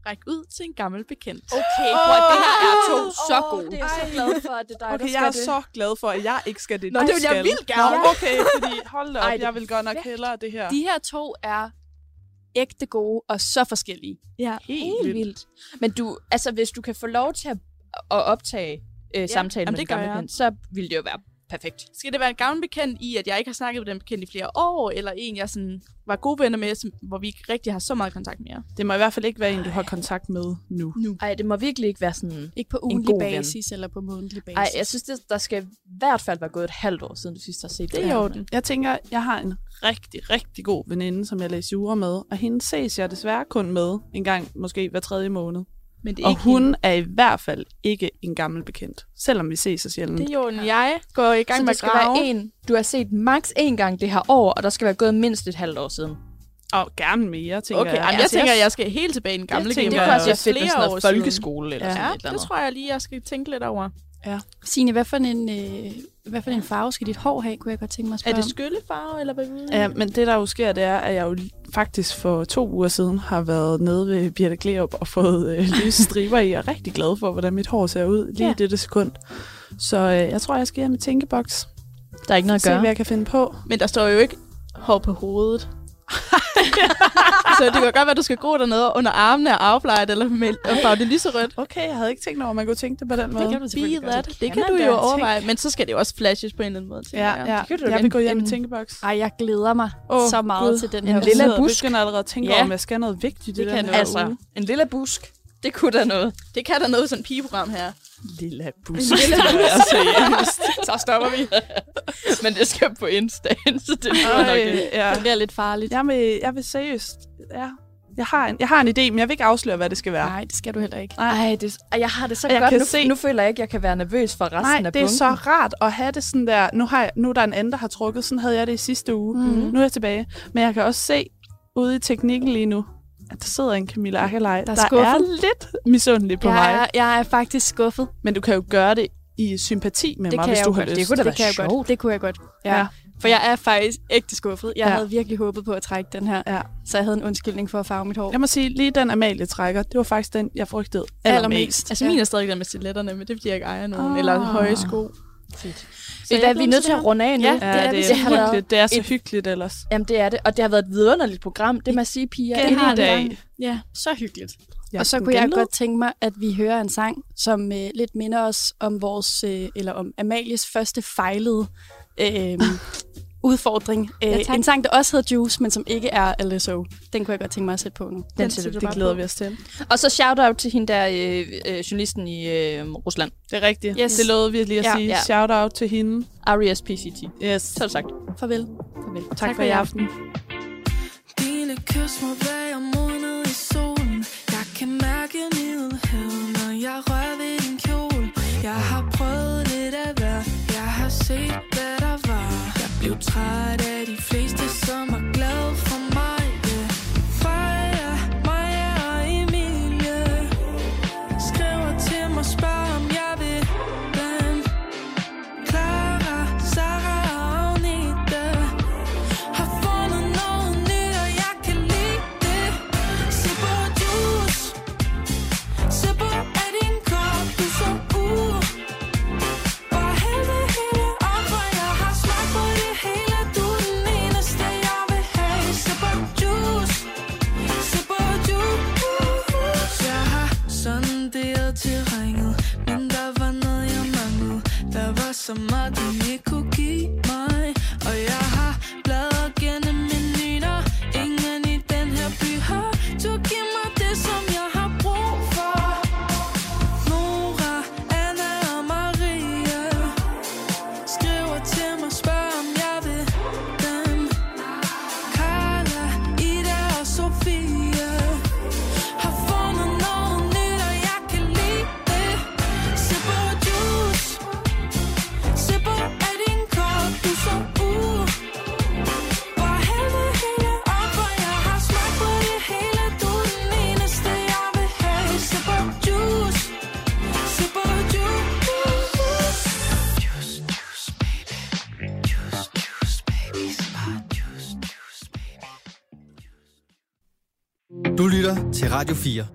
[SPEAKER 3] Ræk ud til en gammel bekendt.
[SPEAKER 4] Okay, bror, det her er to så gode.
[SPEAKER 5] er jeg så glad for, at det er dig,
[SPEAKER 7] Okay, jeg er så glad for, at jeg ikke skal det.
[SPEAKER 3] Nå,
[SPEAKER 7] du
[SPEAKER 3] det vil jeg
[SPEAKER 7] skal.
[SPEAKER 3] vildt gerne.
[SPEAKER 7] Nå, okay, fordi hold da op,
[SPEAKER 5] Ej, det er
[SPEAKER 7] jeg vil godt nok hellere det her.
[SPEAKER 4] De her to er
[SPEAKER 5] ægte gode og så forskellige.
[SPEAKER 3] Ja.
[SPEAKER 7] Helt
[SPEAKER 5] Helt
[SPEAKER 7] vildt.
[SPEAKER 5] vildt. Men du, altså, hvis du kan få lov til at, at optage øh, ja, samtalen
[SPEAKER 3] jamen,
[SPEAKER 5] med
[SPEAKER 3] det
[SPEAKER 5] det
[SPEAKER 3] gør
[SPEAKER 5] gamle
[SPEAKER 3] jeg.
[SPEAKER 5] kendt, så ville det jo være perfekt.
[SPEAKER 3] Skal det være en gammel bekendt i, at jeg ikke har snakket med den bekendt i flere år, eller en, jeg sådan var gode venner med, som, hvor vi ikke rigtig har så meget kontakt mere?
[SPEAKER 7] Det må i hvert fald ikke være en, du har kontakt med nu.
[SPEAKER 5] Ej, det må virkelig ikke være sådan...
[SPEAKER 4] Ikke på
[SPEAKER 5] En
[SPEAKER 4] ugentlig
[SPEAKER 5] god ven.
[SPEAKER 4] basis eller på månedlig basis.
[SPEAKER 5] Ej, jeg synes, det, der skal i hvert fald være gået et halvt år siden, du sidst har set
[SPEAKER 3] Det er i
[SPEAKER 5] her.
[SPEAKER 3] orden.
[SPEAKER 7] Jeg tænker, jeg har en rigtig, rigtig god veninde, som jeg læser jura med, og hende ses jeg desværre kun med en gang, måske hver tredje måned.
[SPEAKER 3] Men det er
[SPEAKER 7] Og
[SPEAKER 3] ikke
[SPEAKER 7] hun er i hvert fald ikke en gammel bekendt, selvom vi ses så sjældent.
[SPEAKER 3] hende. Det er jo, jeg går i gang
[SPEAKER 5] Så
[SPEAKER 3] med
[SPEAKER 5] der
[SPEAKER 3] at
[SPEAKER 5] skal være
[SPEAKER 3] grave.
[SPEAKER 5] en, du har set max en gang det her år, og der skal være gået mindst et halvt år siden.
[SPEAKER 7] Og gerne mere, tænker
[SPEAKER 3] Okay,
[SPEAKER 5] øh,
[SPEAKER 7] jeg.
[SPEAKER 3] jamen,
[SPEAKER 5] altså,
[SPEAKER 3] jeg tænker, jeg skal helt tilbage i den gamle
[SPEAKER 7] Jeg tænker,
[SPEAKER 3] game.
[SPEAKER 7] det kunne også
[SPEAKER 3] og
[SPEAKER 5] være fedt med sådan noget
[SPEAKER 3] år siden.
[SPEAKER 5] folkeskole eller sådan et
[SPEAKER 3] Ja,
[SPEAKER 5] eller
[SPEAKER 3] det
[SPEAKER 5] andet.
[SPEAKER 3] tror jeg lige, jeg skal tænke lidt over.
[SPEAKER 4] Signe, hvad for, en, øh, hvad for en farve skal dit hår have, kunne jeg godt tænke mig at
[SPEAKER 3] Er
[SPEAKER 4] spørge
[SPEAKER 3] det
[SPEAKER 4] om.
[SPEAKER 3] skyllefarve, eller hvad ved
[SPEAKER 7] Ja, men det der jo sker, det er, at jeg jo faktisk for to uger siden har været nede ved Birte Kleop og fået øh, lyse striber i, og er rigtig glad for, hvordan mit hår ser ud lige
[SPEAKER 4] Ja.
[SPEAKER 7] ja. dette sekund. Så øh, jeg tror, jeg skal hjem i tænkeboks.
[SPEAKER 5] Der er ikke noget at
[SPEAKER 7] Se,
[SPEAKER 5] gøre.
[SPEAKER 7] hvad jeg kan finde på.
[SPEAKER 3] Men der står jo ikke hår på hovedet. så det kan godt være, at du skal gro dernede under armene og afpleje det, eller med, og farve det lyserødt.
[SPEAKER 7] Okay, jeg havde ikke tænkt over, at man kunne tænke det på den måde.
[SPEAKER 3] Be that. Det kan,
[SPEAKER 7] man
[SPEAKER 3] du
[SPEAKER 7] da
[SPEAKER 3] jo
[SPEAKER 7] tænke.
[SPEAKER 3] overveje, men så skal det jo også flashes på en eller anden måde. tænker
[SPEAKER 7] Ja,
[SPEAKER 3] jeg.
[SPEAKER 7] ja.
[SPEAKER 5] Det kan du da
[SPEAKER 7] jeg vil
[SPEAKER 5] vente.
[SPEAKER 7] gå hjem i
[SPEAKER 5] En-
[SPEAKER 7] tænkeboks.
[SPEAKER 4] Ej, jeg glæder mig
[SPEAKER 7] Åh,
[SPEAKER 4] oh, så meget
[SPEAKER 7] Gud.
[SPEAKER 4] til den
[SPEAKER 7] Jeg
[SPEAKER 4] her.
[SPEAKER 5] lille
[SPEAKER 7] sidder og
[SPEAKER 5] busk.
[SPEAKER 7] begynder allerede at tænke
[SPEAKER 5] Ja.
[SPEAKER 7] over, om jeg skal noget vigtigt i
[SPEAKER 4] Det
[SPEAKER 7] det
[SPEAKER 4] kan
[SPEAKER 7] den
[SPEAKER 4] jeg.
[SPEAKER 7] her
[SPEAKER 4] Altså,
[SPEAKER 7] uge.
[SPEAKER 5] en lille busk. Det kunne da noget.
[SPEAKER 3] Det kan der noget sådan et pigeprogram her.
[SPEAKER 7] Lilla busk.
[SPEAKER 5] så stopper vi. Men det skal på Insta'en, så det er
[SPEAKER 7] Ej,
[SPEAKER 5] nok
[SPEAKER 7] ja.
[SPEAKER 4] Det bliver lidt farligt.
[SPEAKER 7] Jeg vil, jeg vil seriøst... Ja. Jeg har, en, jeg har en idé, men jeg vil ikke afsløre, hvad det skal være.
[SPEAKER 4] Nej, det skal du heller ikke.
[SPEAKER 5] Ej, det, ej, jeg har det så
[SPEAKER 7] Og jeg
[SPEAKER 5] godt.
[SPEAKER 7] kan
[SPEAKER 5] nu,
[SPEAKER 7] se-
[SPEAKER 5] nu føler jeg ikke, jeg kan være nervøs for resten
[SPEAKER 7] Nej,
[SPEAKER 5] af
[SPEAKER 7] det er
[SPEAKER 5] bunken.
[SPEAKER 7] så rart at have det sådan der. Nu, har jeg, nu er der en anden, der har trukket. Sådan havde jeg det i sidste uge. Mm. Nu er jeg tilbage. Men jeg kan også se ude i teknikken lige nu, at der sidder en Camilla Akkerlej,
[SPEAKER 4] Der er
[SPEAKER 7] der, der er
[SPEAKER 4] skuffet.
[SPEAKER 7] lidt misundelig på ja,
[SPEAKER 4] jeg,
[SPEAKER 7] mig.
[SPEAKER 4] er, jeg er faktisk skuffet.
[SPEAKER 7] Men du kan jo gøre det i sympati med
[SPEAKER 4] Det
[SPEAKER 7] mig,
[SPEAKER 4] kan
[SPEAKER 7] hvis
[SPEAKER 4] jeg
[SPEAKER 7] du
[SPEAKER 4] jo
[SPEAKER 7] har
[SPEAKER 4] godt.
[SPEAKER 7] lyst.
[SPEAKER 5] Det kunne da
[SPEAKER 4] det
[SPEAKER 5] være
[SPEAKER 4] kan jeg
[SPEAKER 5] sjovt.
[SPEAKER 4] godt. Det kunne jeg godt.
[SPEAKER 7] Ja.
[SPEAKER 4] For jeg er faktisk ægte skuffet. Jeg
[SPEAKER 7] Ja.
[SPEAKER 4] ja. havde virkelig håbet på at trække den her.
[SPEAKER 7] Ja.
[SPEAKER 4] Så jeg havde en undskyldning for at farve mit hår.
[SPEAKER 7] Jeg må sige, lige den Amalie trækker, det var faktisk den, jeg frygtede allermest.
[SPEAKER 3] Altså,
[SPEAKER 4] Ja.
[SPEAKER 3] min er stadig den med stiletterne, men det er, fordi jeg ikke ejer nogen.
[SPEAKER 7] Ah.
[SPEAKER 3] Eller høje sko.
[SPEAKER 5] Ved I
[SPEAKER 3] jeg
[SPEAKER 5] hvad, vi
[SPEAKER 3] glæder
[SPEAKER 5] er nødt
[SPEAKER 3] mig
[SPEAKER 5] til at runde af nu.
[SPEAKER 3] Ja,
[SPEAKER 7] Ja, det er, det
[SPEAKER 5] det har
[SPEAKER 7] er
[SPEAKER 5] været
[SPEAKER 7] hyggeligt. Det er så
[SPEAKER 5] et-
[SPEAKER 7] hyggeligt ellers.
[SPEAKER 5] Jamen, det er det. Og det har været et vidunderligt program, det må jeg sige, piger.
[SPEAKER 7] Igen i dag.
[SPEAKER 4] Ja, så hyggeligt.
[SPEAKER 7] Ja,
[SPEAKER 4] Og så
[SPEAKER 7] den
[SPEAKER 4] kunne jeg
[SPEAKER 7] genlyd.
[SPEAKER 4] godt tænke mig, at vi hører en sang, som øh, lidt minder os om vores, øh, eller om Amalies første fejlede øh, udfordring. Øh,
[SPEAKER 3] Ja, tak.
[SPEAKER 4] en sang, der også hedder Juice, men som ikke er LSO. Den kunne jeg godt tænke mig at sætte på nu.
[SPEAKER 3] Den sætter du
[SPEAKER 7] Det
[SPEAKER 3] bare
[SPEAKER 7] glæder
[SPEAKER 3] på.
[SPEAKER 7] vi os til.
[SPEAKER 5] Og så shout-out til hende der, øh, øh, journalisten i øh, Rusland.
[SPEAKER 7] Det er rigtigt.
[SPEAKER 4] Yes.
[SPEAKER 7] Det lovede vi lige at
[SPEAKER 4] Ja.
[SPEAKER 7] sige.
[SPEAKER 5] Ja.
[SPEAKER 7] Shout out til hende.
[SPEAKER 5] E R.E.S.P.C.T.
[SPEAKER 7] Yes.
[SPEAKER 5] Så er det sagt.
[SPEAKER 4] Farvel.
[SPEAKER 7] Tak, tak for i aften.
[SPEAKER 11] Dine kys må være modnet i solen Jeg kan mærke middelhavet, når jeg rører ved din kjole Jeg har prøvet lidt af hver, jeg har set hvad der var Jeg blev træt af de fleste, som er glade for mig yeah. Freja, Maja og Emilie Skriver til mig, spørger om jeg vil blandt Clara, Sara og Agnete har fundet noget nyt, og jeg kan lide det. Se på juice. Se på, at din krop, du så ud. Bare hæld det hele op, for jeg har smagt på det hele. Du er den eneste, jeg vil have. Se på juice. Se på juice. Jeg har sonderet terrænet, men der var noget, jeg manglede. Der var så meget, du ikke kunne give mig. Og jeg har bladret gennem menuer. Ingen i den her by har du give mig det, som jeg har brug for. Nora, Anna og Maria skriver til mig, spørger om jeg vil dem. Carla, Ida og Sofia har fundet noget nyt, og jeg kan lide det. Se på juice, se på af din krop, du så ud. Bare hæld det hele op, og jeg har smagt på det hele. Du er den eneste, jeg vil have. Se på juice, se på juice. Juice, juice, baby. Juice, juice, baby. Smart juice, juice, baby.
[SPEAKER 1] Du lytter til Radio 4.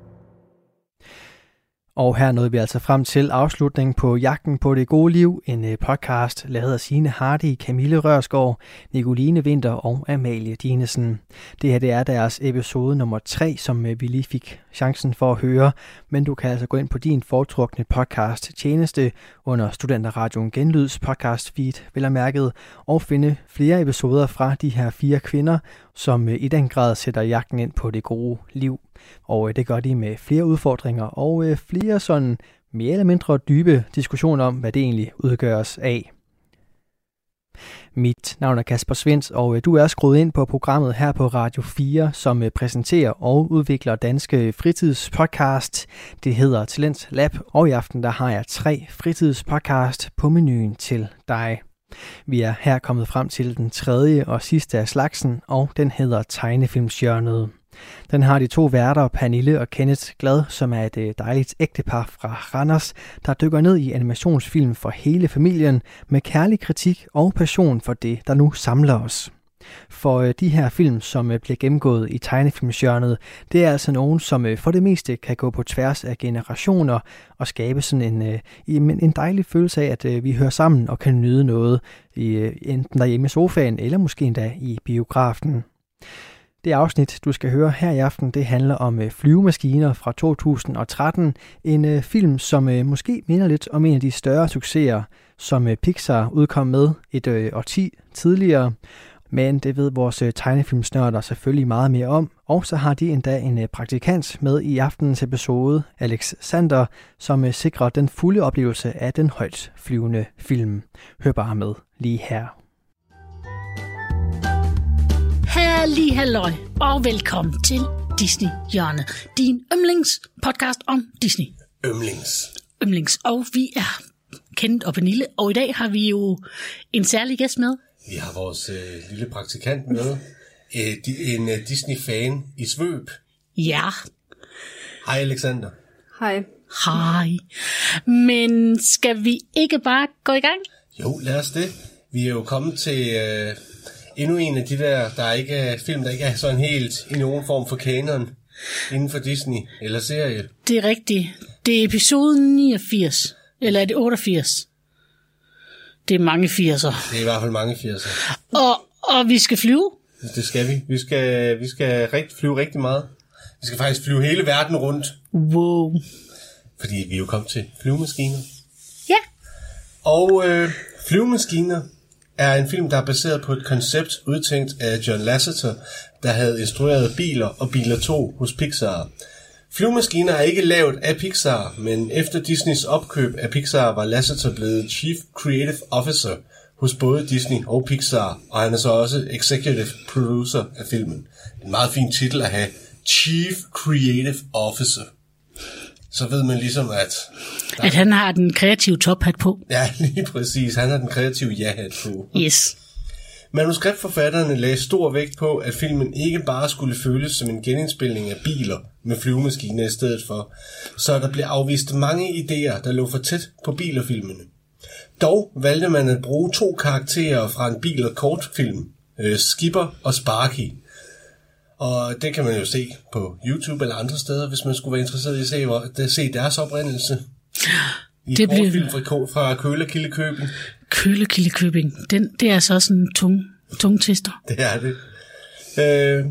[SPEAKER 2] Og her nåede vi altså frem til afslutningen på Jagten på det gode liv, en øh, podcast lavet af Signe Hardy, Camille Rørskov, Nicoline Winter og Amalie Dinesen. Det her det er deres episode nummer 3, som øh, vi lige fik chancen for at høre, men du kan altså gå ind på din foretrukne podcast tjeneste under Studenterradioen Genlyds podcast feed, vel at mærket, og finde flere episoder fra de her fire kvinder, som øh, i den grad sætter jagten ind på det gode liv. Og øh, det gør de med flere udfordringer og øh, flere sådan mere eller mindre dybe diskussioner om, hvad det egentlig udgøres af. Mit navn er Kasper Svens, og øh, du er skruet ind på programmet her på Radio 4, som øh, præsenterer og udvikler danske fritidspodcast. Det hedder Talent Lab, og i aften der har jeg tre fritidspodcast på menuen til dig. Vi er her kommet frem til den tredje og sidste af slagsen, og den hedder Tegnefilmsjørnet. Den har de to værter, Pernille og Kenneth Glad, som er et øh, dejligt ægtepar fra Randers, der dykker ned i animationsfilm for hele familien med kærlig kritik og passion for det, der nu samler os. For øh, de her film, som øh, bliver gennemgået i tegnefilmsjørnet, det er altså nogen, som øh, for det meste kan gå på tværs af generationer og skabe sådan en, øh, jamen, en dejlig følelse af, at øh, vi hører sammen og kan nyde noget, i, øh, enten derhjemme i sofaen eller måske endda i biografen. Det afsnit, du skal høre her i aften, det handler om øh, flyvemaskiner fra 2013. En øh, film, som øh, måske minder lidt om en af de større succeser, som øh, Pixar udkom med et øh, årti tidligere. Men det ved vores øh, tegnefilmsnørder selvfølgelig meget mere om. Og så har de endda en øh, praktikant med i aftenens episode, Alex Sander, som øh, sikrer den fulde oplevelse af den højt flyvende film. Hør bare med lige her.
[SPEAKER 12] Halli halløj, og velkommen til Disney Hjørne. Din yndlings podcast om Disney.
[SPEAKER 13] Ømlings.
[SPEAKER 12] Yndlings. Og vi er kendt og Pernille, og i dag har vi jo en særlig gæst med.
[SPEAKER 13] Vi har vores øh, lille praktikant med. Æ, di, en øh, Disney-fan i svøb.
[SPEAKER 12] Ja,
[SPEAKER 13] Hej Alexander.
[SPEAKER 6] Hej.
[SPEAKER 12] hej. Men skal vi ikke bare gå i gang?
[SPEAKER 13] Jo, lad os det. Vi er jo kommet til øh, endnu en af de der, der ikke er film, der ikke er sådan helt i nogen form for kanon inden for Disney eller serie.
[SPEAKER 12] Det er rigtigt. Det er episode 89. Eller er det 88? Det er mange 80'er.
[SPEAKER 13] Det er i hvert fald mange 80'er.
[SPEAKER 12] Og, og vi skal flyve.
[SPEAKER 13] Det skal vi. Vi skal, vi skal rigt, flyve rigtig meget. Vi skal faktisk flyve hele verden rundt,
[SPEAKER 12] Wow.
[SPEAKER 13] fordi vi er jo kommet til flyvemaskiner.
[SPEAKER 12] Ja.
[SPEAKER 13] Og øh, Flyvemaskiner er en film, der er baseret på et koncept udtænkt af John Lasseter, der havde instrueret Biler og Biler 2 hos Pixar. Flyvemaskiner er ikke lavet af Pixar, men efter Disneys opkøb af Pixar var Lasseter blevet Chief Creative Officer hos både Disney og Pixar, og han er så også Executive Producer af filmen. En meget fin titel at have, Chief Creative Officer. Så ved man ligesom, at
[SPEAKER 12] At han har den kreative tophat på.
[SPEAKER 13] ja, lige præcis, han har den kreative ja-hat på.
[SPEAKER 12] Yes.
[SPEAKER 13] Manuskriptforfatterne lagde stor vægt på, at filmen ikke bare skulle føles som en genindspilning af biler med flyvemaskiner i stedet for, så der blev afvist mange idéer, der lå for tæt på bilerfilmene. Dog valgte man at bruge to karakterer fra en bil- og kortfilm, øh, Skipper og Sparky. Og det kan man jo se på YouTube eller andre steder, hvis man skulle være interesseret i at se, hvor, at se deres oprindelse. I
[SPEAKER 12] Det
[SPEAKER 13] det
[SPEAKER 12] blev-
[SPEAKER 13] kortfilm fra, Ko- fra Kølerkilde Køben.
[SPEAKER 12] Kølekilde Købing. Den, det er altså også en tung, tung tester.
[SPEAKER 13] Det er det. Øh,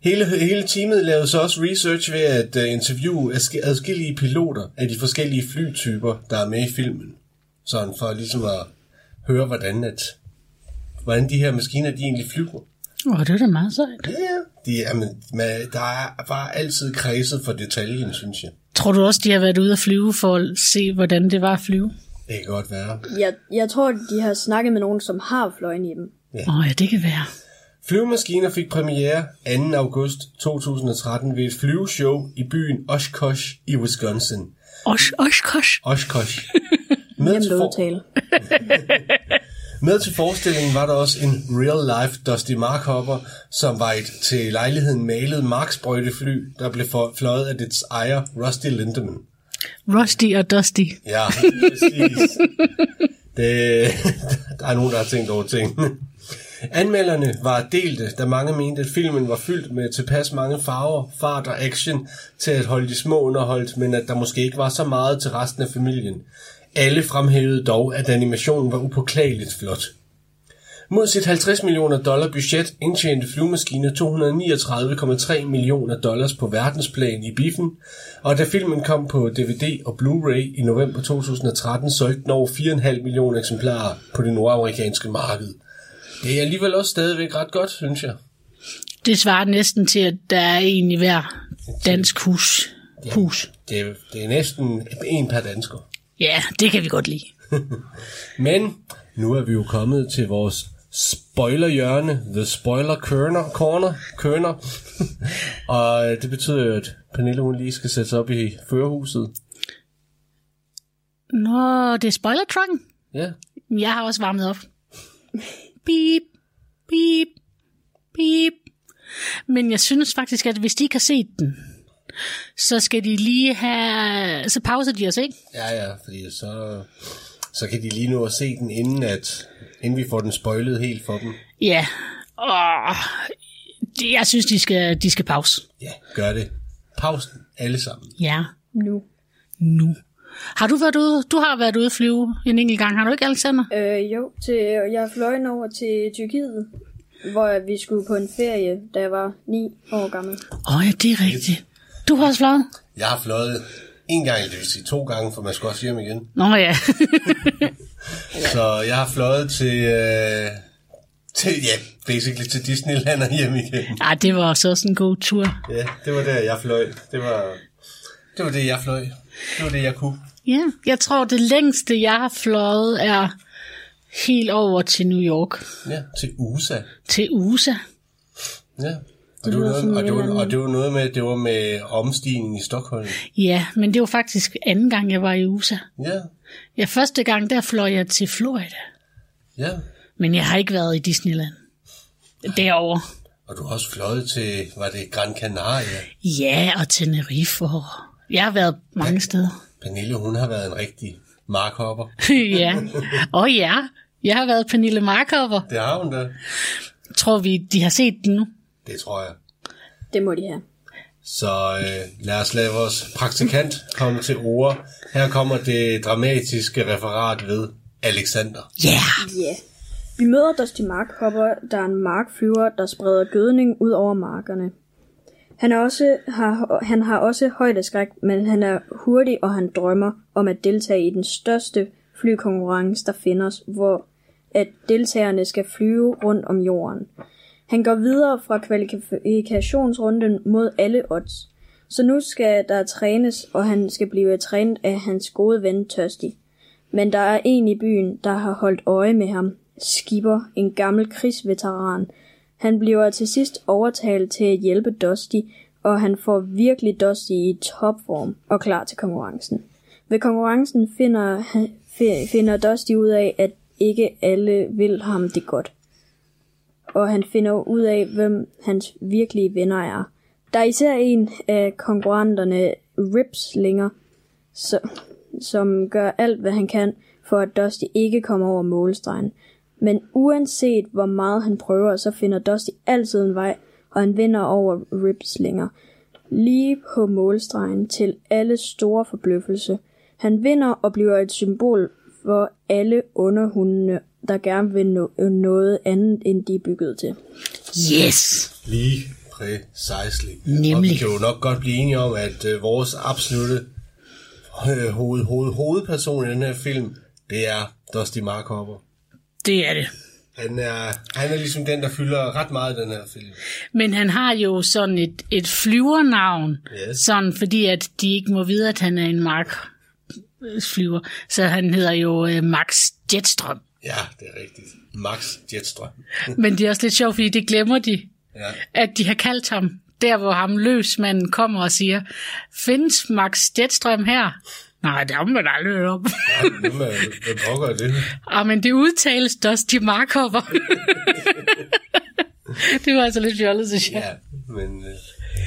[SPEAKER 13] hele, hele teamet lavede så også research ved at øh, interviewe adsk- adskillige piloter af de forskellige flytyper, der er med i filmen. Sådan for ligesom at høre, hvordan, at, hvordan de her maskiner de egentlig flyver.
[SPEAKER 12] Åh, det er da meget sejt.
[SPEAKER 13] Ja, de, jamen, man, der er bare altid kredset for detaljen, synes jeg.
[SPEAKER 12] Tror du også, de har været ude at flyve for at se, hvordan det var at flyve?
[SPEAKER 13] Det kan godt være.
[SPEAKER 6] Jeg, jeg tror, de har snakket med nogen, som har fløjen i dem.
[SPEAKER 12] Åh oh, ja, det kan være.
[SPEAKER 13] Flyvemaskiner fik premiere 2. august 2013 ved et flyveshow i byen Oshkosh i Wisconsin.
[SPEAKER 12] Osh, osh, kosh.
[SPEAKER 13] Oshkosh. Med
[SPEAKER 6] Nemt
[SPEAKER 13] til, for,
[SPEAKER 6] udtale.
[SPEAKER 13] med til forestillingen var der også en real-life Dusty Markhopper, som var et til lejligheden malet marksprøjtefly, der blev for, fløjet af dets ejer, Rusty Lindemann.
[SPEAKER 12] Rusty og Dusty.
[SPEAKER 13] Ja, præcis. Det, der er nogen, der har tænkt over tingene. Anmelderne var delte, da mange mente, at filmen var fyldt med tilpas mange farver, fart og action til at holde de små underholdt, men at der måske ikke var så meget til resten af familien. Alle fremhævede dog, at animationen var upåklageligt flot. Mod sit 50 millioner dollar budget indtjente flyvemaskine 239,3 millioner dollars på verdensplan i biffen, og da filmen kom på DVD og Blu-ray i november 2013, solgte den over 4,5 millioner eksemplarer på det nordamerikanske marked. Det er alligevel også stadigvæk ret godt, synes jeg.
[SPEAKER 12] Det svarer næsten til, at der er en i hver dansk hus.
[SPEAKER 13] Det er,
[SPEAKER 12] hus.
[SPEAKER 13] Det er, det er næsten en per dansker.
[SPEAKER 12] Ja, det kan vi godt lide.
[SPEAKER 13] Men nu er vi jo kommet til vores spoilerhjørne, The Spoiler Corner, corner, corner. og øh, det betyder jo, at Pernille hun lige skal sætte sig op i førerhuset.
[SPEAKER 12] Nå, det er spoilertrucken.
[SPEAKER 13] Ja.
[SPEAKER 12] Jeg har også varmet op. Beep, beep, beep. Men jeg synes faktisk, at hvis de ikke har set den, så skal de lige have... Så pauser de os, ikke?
[SPEAKER 13] Ja, ja, fordi så, så kan de lige nå at se den, inden, at, inden vi får den spoilet helt for dem.
[SPEAKER 12] Ja. Åh, det, jeg synes, de skal, de skal pause.
[SPEAKER 13] Ja, gør det. Pausen, alle sammen.
[SPEAKER 12] Ja. Nu. Nu. Har du været ude? Du har været ude at flyve en enkelt gang, har du ikke, Alexander?
[SPEAKER 6] Øh, jo, til, jeg fløj over til Tyrkiet, hvor vi skulle på en ferie, da jeg var 9 år gammel.
[SPEAKER 12] Åh oh, ja, det er rigtigt. Du har også fløjet?
[SPEAKER 13] Jeg har fløjet en gang, det vil sige to gange, for man skal også hjem igen.
[SPEAKER 12] Nå ja.
[SPEAKER 13] Så jeg har fløjet til, øh, til ja, basically til Disneyland og hjem igen.
[SPEAKER 12] Ej, det var så også en god tur.
[SPEAKER 13] Ja, det var der, jeg fløj. Det var det, var det jeg fløj. Det var det, jeg kunne.
[SPEAKER 12] Ja, jeg tror, det længste, jeg har fløjet, er helt over til New York.
[SPEAKER 13] Ja, til USA.
[SPEAKER 12] Til USA.
[SPEAKER 13] Ja. Og
[SPEAKER 12] Det
[SPEAKER 13] det, var
[SPEAKER 12] lyder
[SPEAKER 13] noget,
[SPEAKER 12] som
[SPEAKER 13] og,
[SPEAKER 12] en
[SPEAKER 13] det var,
[SPEAKER 12] eller anden-
[SPEAKER 13] og det var noget med, det var med omstigningen i Stockholm.
[SPEAKER 12] Ja, men det var faktisk anden gang, jeg var i USA.
[SPEAKER 13] Ja,
[SPEAKER 12] Ja, første gang, der fløj jeg til Florida.
[SPEAKER 13] ja.
[SPEAKER 12] Men jeg har ikke været i Disneyland. Derovre.
[SPEAKER 13] Og du har også fløjet til, var det Gran Canaria?
[SPEAKER 12] Ja, og Tenerife. Og... Jeg har været mange steder.
[SPEAKER 13] Pernille, hun har været en rigtig markhopper.
[SPEAKER 12] ja. Og ja, jeg har været Pernille Markopper.
[SPEAKER 13] Det har hun da.
[SPEAKER 12] Tror vi, de har set den nu?
[SPEAKER 13] Det tror jeg.
[SPEAKER 6] Det må de have.
[SPEAKER 13] Så øh, lad os lade vores praktikant komme til ord. Her kommer det dramatiske referat ved Alexander.
[SPEAKER 6] Ja. Yeah. Vi møder Dusty Markhopper, der er en markflyver, der spreder gødning ud over markerne. Han, er også, har, han har også højdeskræk, men han er hurtig, og han drømmer om at deltage i den største flykonkurrence, der findes, hvor at deltagerne skal flyve rundt om jorden. Han går videre fra kvalifikationsrunden mod alle odds. Så nu skal der trænes, og han skal blive trænet af hans gode ven Tørstig. Men der er en i byen, der har holdt øje med ham. Skipper, en gammel krigsveteran. Han bliver til sidst overtalt til at hjælpe Dusty, og han får virkelig Dusty i topform og klar til konkurrencen. Ved konkurrencen finder, han- fi- finder Dusty ud af, at ikke alle vil ham det godt. Og han finder ud af, hvem hans virkelige venner er. Der er især en af konkurrenterne, Ripslinger, så, som gør alt, hvad han kan, for at Dusty ikke kommer over målstregen. Men uanset hvor meget han prøver, så finder Dusty altid en vej, og han vinder over Ripslinger. Lige på målstregen til alle store forbløffelse. Han vinder og bliver et symbol for alle underhundene, der gerne vil nå noget andet, end de er bygget til.
[SPEAKER 12] Yes!
[SPEAKER 13] Lige præcisely. Og vi
[SPEAKER 12] Nemlig.
[SPEAKER 13] kan jo nok godt blive enige om, at øh, vores absolute øh, hoved, hoved, hovedperson i den her film, det er Dusty Markhopper.
[SPEAKER 12] Det er det.
[SPEAKER 13] Han er, han er ligesom den, der fylder ret meget i den her film.
[SPEAKER 12] Men han har jo sådan et, et flyvernavn,
[SPEAKER 13] Yes.
[SPEAKER 12] sådan fordi at de ikke må vide, at han er en Mark øh, flyver. Så han hedder jo øh, Max Jetstrøm.
[SPEAKER 13] Ja, det er rigtigt. Max Jetstrøm.
[SPEAKER 12] Men det er også lidt sjovt, fordi det glemmer de,
[SPEAKER 13] Ja.
[SPEAKER 12] at de har kaldt ham. Der, hvor ham løsmanden kommer og siger, findes Max Jetstrøm her? Nej, det har man aldrig hørt om.
[SPEAKER 13] Ja, nu med, hvad pokker er det?
[SPEAKER 12] Ah, men det udtales Dusty Markopper. det var altså lidt fjollet, synes jeg.
[SPEAKER 13] Ja, men øh,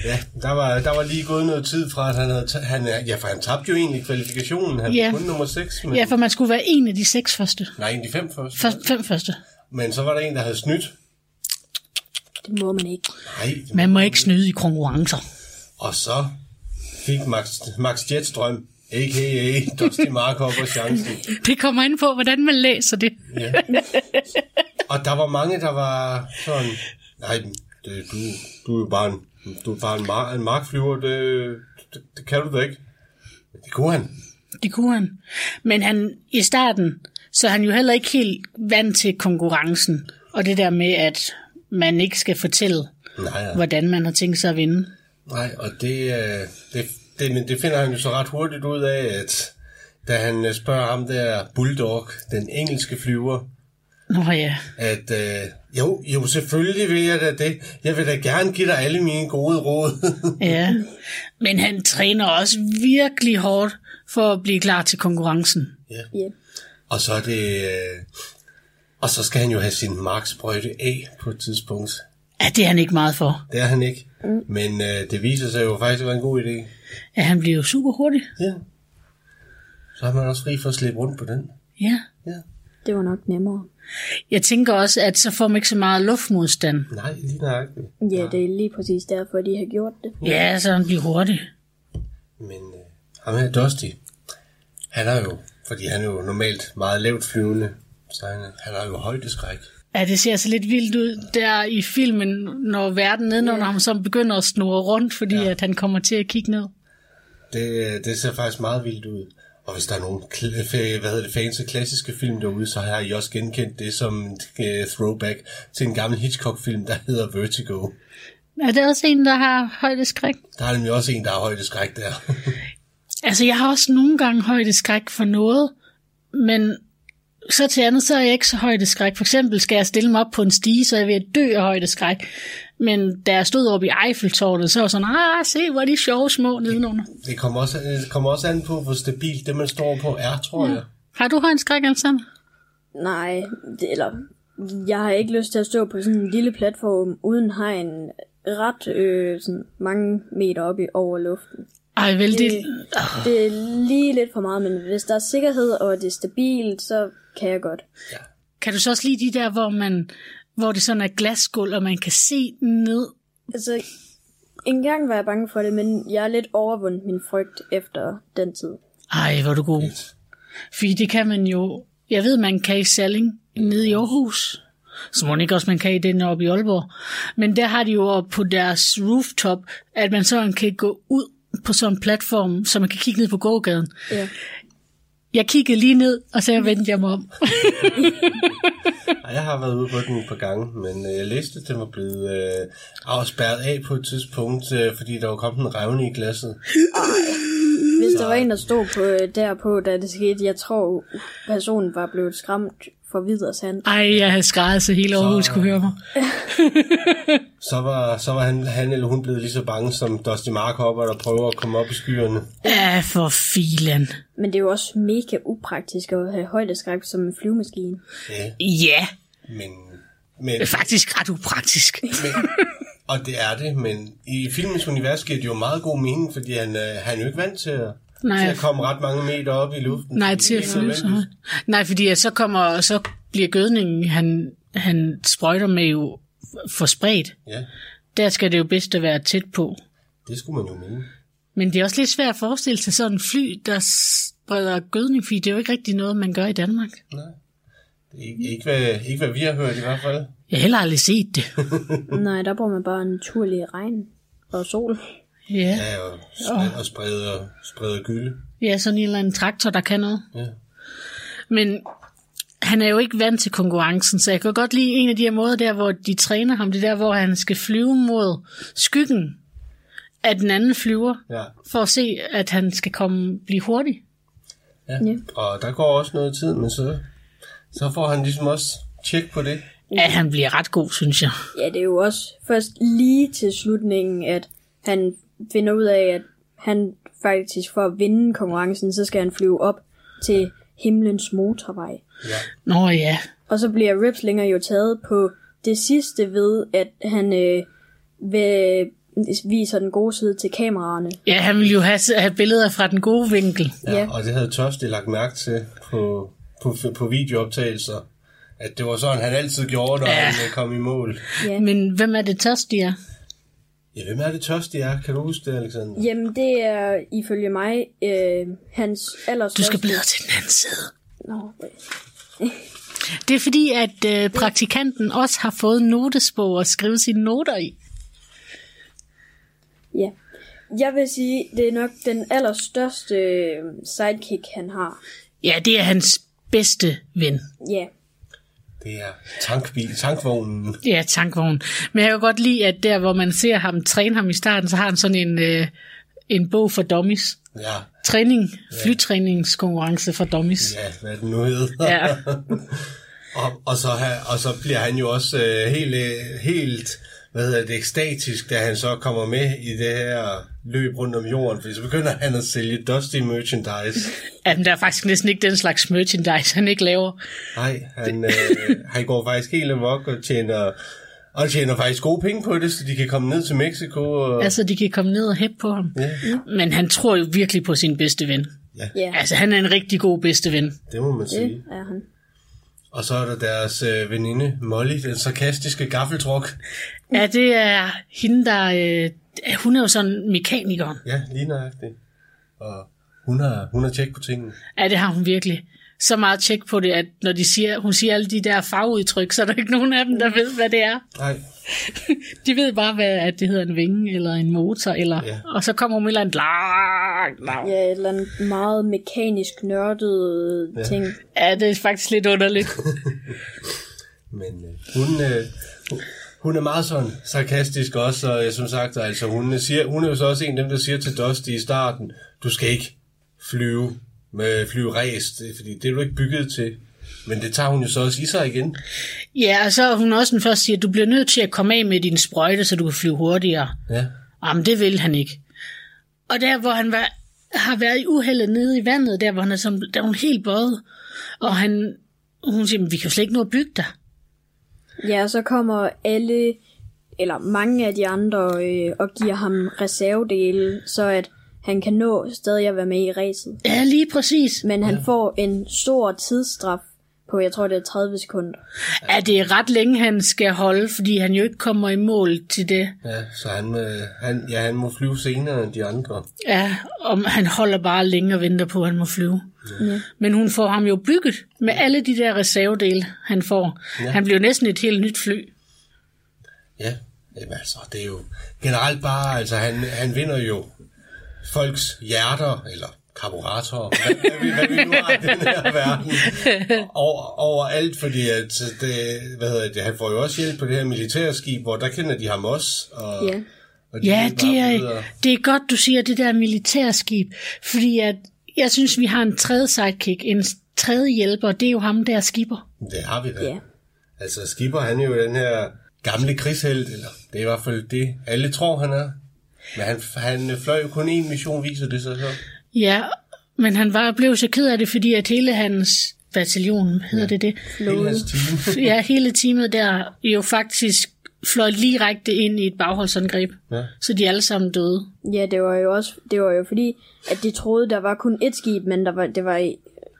[SPEAKER 13] ja, der var, der var lige gået noget tid fra, at han havde... ta- han, er- ja, for han tabte jo egentlig kvalifikationen. Han
[SPEAKER 12] Ja.
[SPEAKER 13] var kun nummer 6. Men,
[SPEAKER 12] Ja, for man skulle være en af de seks første.
[SPEAKER 13] Nej, en af de fem først.
[SPEAKER 12] Først, fem første.
[SPEAKER 13] Men så var der en, der havde snydt
[SPEAKER 6] Det må man ikke.
[SPEAKER 13] Nej.
[SPEAKER 12] Man må ikke snyde i konkurrencer.
[SPEAKER 13] Og så fik Max, Max Jetstrøm, a.k.a. Dusty Markhopper, chancen.
[SPEAKER 12] Det kommer ind på, hvordan man læser det.
[SPEAKER 13] Ja. Og der var mange, der var sådan, nej, det, du, du er jo bare en, du er bare en, mar- en markflyver, det, det, det kan du da ikke. Men Det kunne han.
[SPEAKER 12] Det kunne han. Men han, i starten, så er han jo heller ikke helt vant til konkurrencen. Og det der med, at man ikke skal fortælle,
[SPEAKER 13] Nej, ja.
[SPEAKER 12] hvordan man har tænkt sig at vinde.
[SPEAKER 13] Nej, og det, øh, det, det, men det finder han jo så ret hurtigt ud af, at da han øh, spørger ham der Bulldog, den engelske flyver,
[SPEAKER 12] Nå ja,
[SPEAKER 13] at øh, jo, jo, selvfølgelig vil jeg da det. Jeg vil da gerne give dig alle mine gode råd.
[SPEAKER 12] ja. Men han træner også virkelig hårdt for at blive klar til konkurrencen.
[SPEAKER 6] Ja.
[SPEAKER 13] Og så er det... Øh, og så skal han jo have sin marksprøjte af på et tidspunkt.
[SPEAKER 12] Ja, det er han ikke meget for.
[SPEAKER 13] Det er han ikke. Mm. Men øh, det viser sig jo faktisk at være en god idé.
[SPEAKER 12] Ja, han bliver jo super hurtig.
[SPEAKER 13] Ja. Så er man også fri for at slippe rundt på den.
[SPEAKER 12] Ja.
[SPEAKER 6] Det var nok nemmere.
[SPEAKER 12] Jeg tænker også, at så får man ikke så meget luftmodstand.
[SPEAKER 13] Nej, lige nøjagtigt.
[SPEAKER 6] Ja, det er lige præcis derfor, de har gjort det.
[SPEAKER 12] Ja, så han bliver hurtig.
[SPEAKER 13] Men øh, ham her, Dusty, han er jo... Fordi han er jo normalt meget lavt flyvende. Så han, han har jo højdeskræk.
[SPEAKER 12] Ja, det ser så lidt vildt ud der i filmen, når verden nedenunder ham som begynder at snurre rundt, fordi ja. at han kommer til at kigge ned.
[SPEAKER 13] Det, det ser faktisk meget vildt ud. Og hvis der er nogle kl- f- hvad hedder det, fans af klassiske film derude, så har I også genkendt det som en øh, throwback til en gammel Hitchcock-film, der hedder Vertigo.
[SPEAKER 12] Er der også en, der har højdeskræk?
[SPEAKER 13] Der er nemlig også en, der har højdeskræk der.
[SPEAKER 12] Altså, jeg har også nogle gange højdeskræk for noget, men så til andet, så er jeg ikke så højdeskræk. For eksempel skal jeg stille mig op på en stige, så er jeg ved at dø af højdeskræk. Men da jeg stod oppe i Eiffeltårnet, så var jeg sådan, ah, se, hvor er de sjove små nedenunder.
[SPEAKER 13] det, kommer også, eh, det kommer også an på, hvor stabilt det, man står på, er, tror ja. jeg.
[SPEAKER 12] Har du højdeskræk, Alexander?
[SPEAKER 6] Nej, det, eller jeg har ikke lyst til at stå på sådan en lille platform uden hegn ret øh, sådan mange meter op i over luften.
[SPEAKER 12] Ej, vel, det...
[SPEAKER 6] Det er lige lidt for meget, men hvis der er sikkerhed og det er stabilt, så kan jeg godt.
[SPEAKER 12] Kan du så også lide de der, hvor, man, hvor det sådan er glasgulv, og man kan se ned?
[SPEAKER 6] Altså, en gang var jeg bange for det, men jeg er lidt overvundet min frygt efter den tid.
[SPEAKER 12] Ej, hvor er du god. Fordi det kan man jo... Jeg ved, man kan i Salling nede i Aarhus. Så må man ikke også, man kan i den oppe i Aalborg. Men der har de jo oppe på deres rooftop, at man sådan kan gå ud på sådan en platform, så man kan kigge ned på gågaden.
[SPEAKER 6] Ja.
[SPEAKER 12] Jeg kiggede lige ned, og så vendte jeg mig om.
[SPEAKER 13] Ej, Jeg har været ude på den et par gange, men øh, jeg læste, at den var blevet øh, afspærret af på et tidspunkt, øh, fordi der var kommet en revne i glasset.
[SPEAKER 6] Hvis der var en, der stod på, øh, derpå, da det skete, jeg tror, personen var blevet skræmt for videre sand.
[SPEAKER 12] Ej, jeg havde skrejet, så hele Aarhus kunne høre mig.
[SPEAKER 13] Så var, så var han, han eller hun blevet lige så bange som Dusty Markhopper, der prøver at komme op i skyerne.
[SPEAKER 12] Ja, for filen.
[SPEAKER 6] Men det er jo også mega upraktisk at have højdeskræk som en flyvemaskine.
[SPEAKER 13] Ja,
[SPEAKER 12] Ja,
[SPEAKER 13] men, men,
[SPEAKER 12] det er faktisk ret upraktisk.
[SPEAKER 13] men, og det er det, men i filmens univers giver det jo meget god mening, fordi han, øh, han er jo ikke vant til at,
[SPEAKER 12] Nej.
[SPEAKER 13] til at komme ret mange meter op i luften.
[SPEAKER 12] Nej, til at
[SPEAKER 13] Ikke
[SPEAKER 12] flyve så højt.
[SPEAKER 13] nødvendigvis.
[SPEAKER 12] Nej, fordi at så kommer, så bliver gødningen, han, han sprøjter med jo for spredt.
[SPEAKER 13] Ja,
[SPEAKER 12] Der skal det jo bedst at være tæt på.
[SPEAKER 13] det skulle man jo mene.
[SPEAKER 12] Men det er også lidt svært at forestille sig sådan en fly, der spreder gødning, fordi det er jo ikke rigtig noget, man gør i Danmark.
[SPEAKER 13] Nej. Det er ikke, ikke, hvad, ikke hvad vi har hørt i hvert fald.
[SPEAKER 12] Jeg har heller aldrig set det.
[SPEAKER 6] Nej, der bruger man bare naturlig regn og sol.
[SPEAKER 12] Ja,
[SPEAKER 13] Ja, og, spred, og spreder, spreder gylde.
[SPEAKER 12] ja sådan en eller anden traktor, der kan noget.
[SPEAKER 13] Ja.
[SPEAKER 12] Men han er jo ikke vant til konkurrencen, så jeg kan godt lide en af de her måder der, hvor de træner ham. Det er der, hvor han skal flyve mod skyggen af den anden flyver.
[SPEAKER 13] Ja.
[SPEAKER 12] for at se, at han skal komme blive hurtig.
[SPEAKER 13] ja.
[SPEAKER 6] Ja.
[SPEAKER 13] Og der går også noget tid, men så, så får han ligesom også tjek på det.
[SPEAKER 12] Ja, han bliver ret god, synes jeg.
[SPEAKER 6] Ja, det er jo også først lige til slutningen, at han finder ud af, at han faktisk for at vinde konkurrencen, så skal han flyve op til himlens motorvej.
[SPEAKER 12] Nå ja,
[SPEAKER 6] Og så bliver Ripslinger jo taget på det sidste ved, at han øh, ved, viser den gode side til kameraerne.
[SPEAKER 12] ja han ville jo have, have billeder fra den gode vinkel.
[SPEAKER 6] Ja.
[SPEAKER 13] Og det havde Tosti lagt mærke til på, på, på videooptagelser, At det var sådan, han altid gjorde, når ja. han øh, kom i mål.
[SPEAKER 6] Ja. Men hvem er det tørstigere?
[SPEAKER 13] Ja, hvem er det tørste, jeg er? Kan du huske det, Alexander?
[SPEAKER 6] Jamen, det er ifølge mig øh, hans allerstørste...
[SPEAKER 12] Du skal bladre til den anden side.
[SPEAKER 6] Nå,
[SPEAKER 12] Det er fordi, at øh, praktikanten også har fået en notesbog at skrive sine noter i.
[SPEAKER 6] ja. Jeg vil sige, det er nok den allerstørste øh, sidekick, han har.
[SPEAKER 12] Ja, det er hans bedste ven.
[SPEAKER 6] Ja.
[SPEAKER 13] Det er tankbil, tankvognen.
[SPEAKER 12] Ja, tankvogn. Men jeg kan godt lide, at der, hvor man ser ham træne ham i starten, så har han sådan en, øh, en bog for dummies.
[SPEAKER 13] Ja,
[SPEAKER 12] Træning, flytræningskonkurrence for dummies.
[SPEAKER 13] ja hvad den nu hedder.
[SPEAKER 12] Ja.
[SPEAKER 13] og, og, så, ha- og så bliver han jo også øh, helt, øh, helt hvad hedder det, ekstatisk, da han så kommer med i det her løb rundt om jorden, fordi så begynder han at sælge Dusty merchandise.
[SPEAKER 12] ja. men der er faktisk næsten ikke den slags merchandise, han ikke laver.
[SPEAKER 13] Nej, han, øh, han går faktisk helt amok og tjener, og tjener faktisk gode penge på det, så de kan komme ned til Mexico. Og,
[SPEAKER 12] Altså, de kan komme ned og hæppe på ham.
[SPEAKER 13] ja,
[SPEAKER 12] Men han tror jo virkelig på sin bedste ven.
[SPEAKER 6] Ja,
[SPEAKER 12] Altså, han er en rigtig god bedste ven.
[SPEAKER 13] det må man sige.
[SPEAKER 6] det er han.
[SPEAKER 13] Og så er der deres øh, veninde Molly, den sarkastiske gaffeltruk.
[SPEAKER 12] Ja, det er hende, der... Øh, hun er jo sådan mekanikeren.
[SPEAKER 13] Ja, lige nøjagtigt. Og hun har, hun har tjek på tingene.
[SPEAKER 12] Ja, det har hun virkelig. Så meget tjek på det, at når de siger, hun siger alle de der fagudtryk, så er der ikke nogen af dem, der ved, hvad det er.
[SPEAKER 13] Nej,
[SPEAKER 12] De ved bare, hvad at det hedder en vinge, eller en motor, eller,
[SPEAKER 13] Ja.
[SPEAKER 12] og så kommer hun med et eller andet langt navn.
[SPEAKER 6] Ja, et eller andet meget mekanisk nørdet
[SPEAKER 13] Ja.
[SPEAKER 6] ja. ting.
[SPEAKER 12] Ja, det er faktisk lidt underligt.
[SPEAKER 13] men øh, hun, øh, hun- hun er meget sådan sarkastisk også, og øh, som sagt, altså, hun, siger, hun er jo så også en af dem, der siger til Dusty i starten, du skal ikke flyve med flyve ræst, fordi det er du ikke bygget til. Men det tager hun jo så også i sig igen.
[SPEAKER 12] ja, og så er hun også den første, der siger, du bliver nødt til at komme af med din sprøjte, så du kan flyve hurtigere.
[SPEAKER 13] Ja,
[SPEAKER 12] Jamen, det vil han ikke. Og der, hvor han var, har været i uheldet nede i vandet, der, hvor han er, sådan, der er hun helt bøjet, og han, hun siger, "Men vi kan jo slet ikke nå at bygge dig.
[SPEAKER 6] Ja, og så kommer alle, eller mange af de andre, øh, og giver ham reservedele, så at han kan nå stadig at være med i ræset.
[SPEAKER 12] Ja, lige præcis.
[SPEAKER 6] Men han får en stor tidsstraf på, jeg tror det er 30 sekunder.
[SPEAKER 12] Ja, det er ret længe, han skal holde, fordi han jo ikke kommer i mål til det.
[SPEAKER 13] ja så han, øh, han, ja, han må flyve senere end de andre.
[SPEAKER 12] Ja, og han holder bare længe og venter på, at han må flyve. Ja. Men hun får ham jo bygget med alle de der reservedele, han får. Ja. Han bliver jo næsten et helt nyt fly.
[SPEAKER 13] Ja, jamen altså, det er jo generelt bare, altså han, han vinder jo folks hjerter, eller karburatorer, hvad, hvad, vi, hvad vi nu har i den her verden, over, over alt, fordi at det, hvad hedder det, han får jo også hjælp på det her militærskib, hvor der kender de ham også, og,
[SPEAKER 6] Ja.
[SPEAKER 13] og de
[SPEAKER 12] Ja,
[SPEAKER 13] vil bare
[SPEAKER 12] det er,
[SPEAKER 13] videre.
[SPEAKER 12] det er godt, du siger det der militærskib, fordi at, jeg synes, vi har en tredje sidekick, en tredje hjælper, og det er jo ham der er skipper.
[SPEAKER 13] Det har vi da.
[SPEAKER 6] Ja.
[SPEAKER 13] Altså, Skipper, han er jo den her gamle krigshelt, eller det er i hvert fald det, alle tror, han er. Men han, han fløj jo kun én mission, viser det sig så.
[SPEAKER 12] Ja, men han var, blev så ked af det, fordi at hele hans bataljon, hedder ja. det det,
[SPEAKER 13] Hele hans team.
[SPEAKER 12] ja, hele teamet der jo faktisk fløj direkte ind i et bagholdsangreb.
[SPEAKER 13] Ja.
[SPEAKER 12] Så de alle sammen døde.
[SPEAKER 6] Ja, det var jo også, det var jo fordi, at de troede, der var kun et skib, men der var, det var i-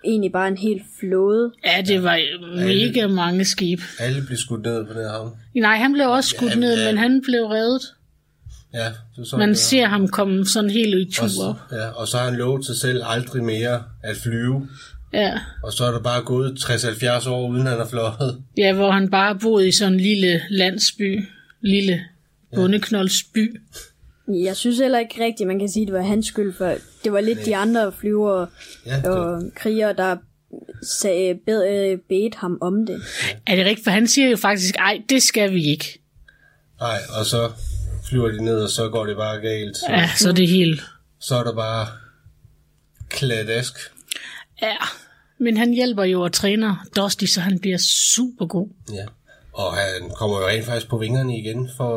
[SPEAKER 6] egentlig bare en hel flåde.
[SPEAKER 12] Ja, det var mega mange skibe.
[SPEAKER 13] Alle blev skudt ned på den her havn.
[SPEAKER 12] Nej, han blev også skudt
[SPEAKER 13] Ja,
[SPEAKER 12] ned,
[SPEAKER 13] ja.
[SPEAKER 12] men han blev reddet.
[SPEAKER 13] Ja, det er sådan,
[SPEAKER 12] Man
[SPEAKER 13] det er.
[SPEAKER 12] ser ham komme sådan helt i
[SPEAKER 13] Og,
[SPEAKER 12] tur op.
[SPEAKER 13] s- ja, og så har han lovet sig selv aldrig mere at flyve.
[SPEAKER 12] Ja.
[SPEAKER 13] Og så er der bare gået 60-70 år, uden han har fløjet.
[SPEAKER 12] ja, hvor han bare boede i sådan en lille landsby. Lille bondeknoldsby.
[SPEAKER 6] Jeg synes heller ikke rigtigt, man kan sige, at det var hans skyld, for det var lidt de andre flyvere
[SPEAKER 13] Ja, det,
[SPEAKER 6] og krigere, der sagde, bed, øh, bedte ham om det.
[SPEAKER 12] Er det rigtigt? For han siger jo faktisk, ej, det skal vi ikke.
[SPEAKER 13] nej, og så flyver de ned, og så går det bare galt. Så,
[SPEAKER 12] Ja, så er det helt...
[SPEAKER 13] så er der bare kladask.
[SPEAKER 12] Ja. Men han hjælper jo og træner Dusty, så han bliver super god.
[SPEAKER 13] Ja. Og han kommer jo rent faktisk på vingerne igen for,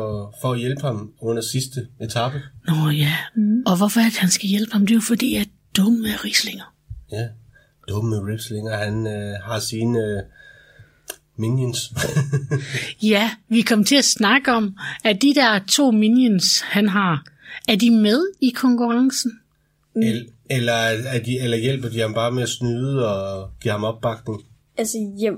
[SPEAKER 13] for at hjælpe ham under sidste etape.
[SPEAKER 12] Nå ja, mm. og hvorfor er det, han skal hjælpe ham? Det er jo fordi, at dumme er rislinger.
[SPEAKER 13] Ja. Dumme Ripslinger, han øh, har sine øh, minions.
[SPEAKER 12] Ja, vi kom til at snakke om, at de der to minions, han har, er de med i konkurrencen? Mm.
[SPEAKER 13] El, eller, er de, eller hjælper de ham bare med at snyde og give ham opbakning?
[SPEAKER 6] Altså, jeg,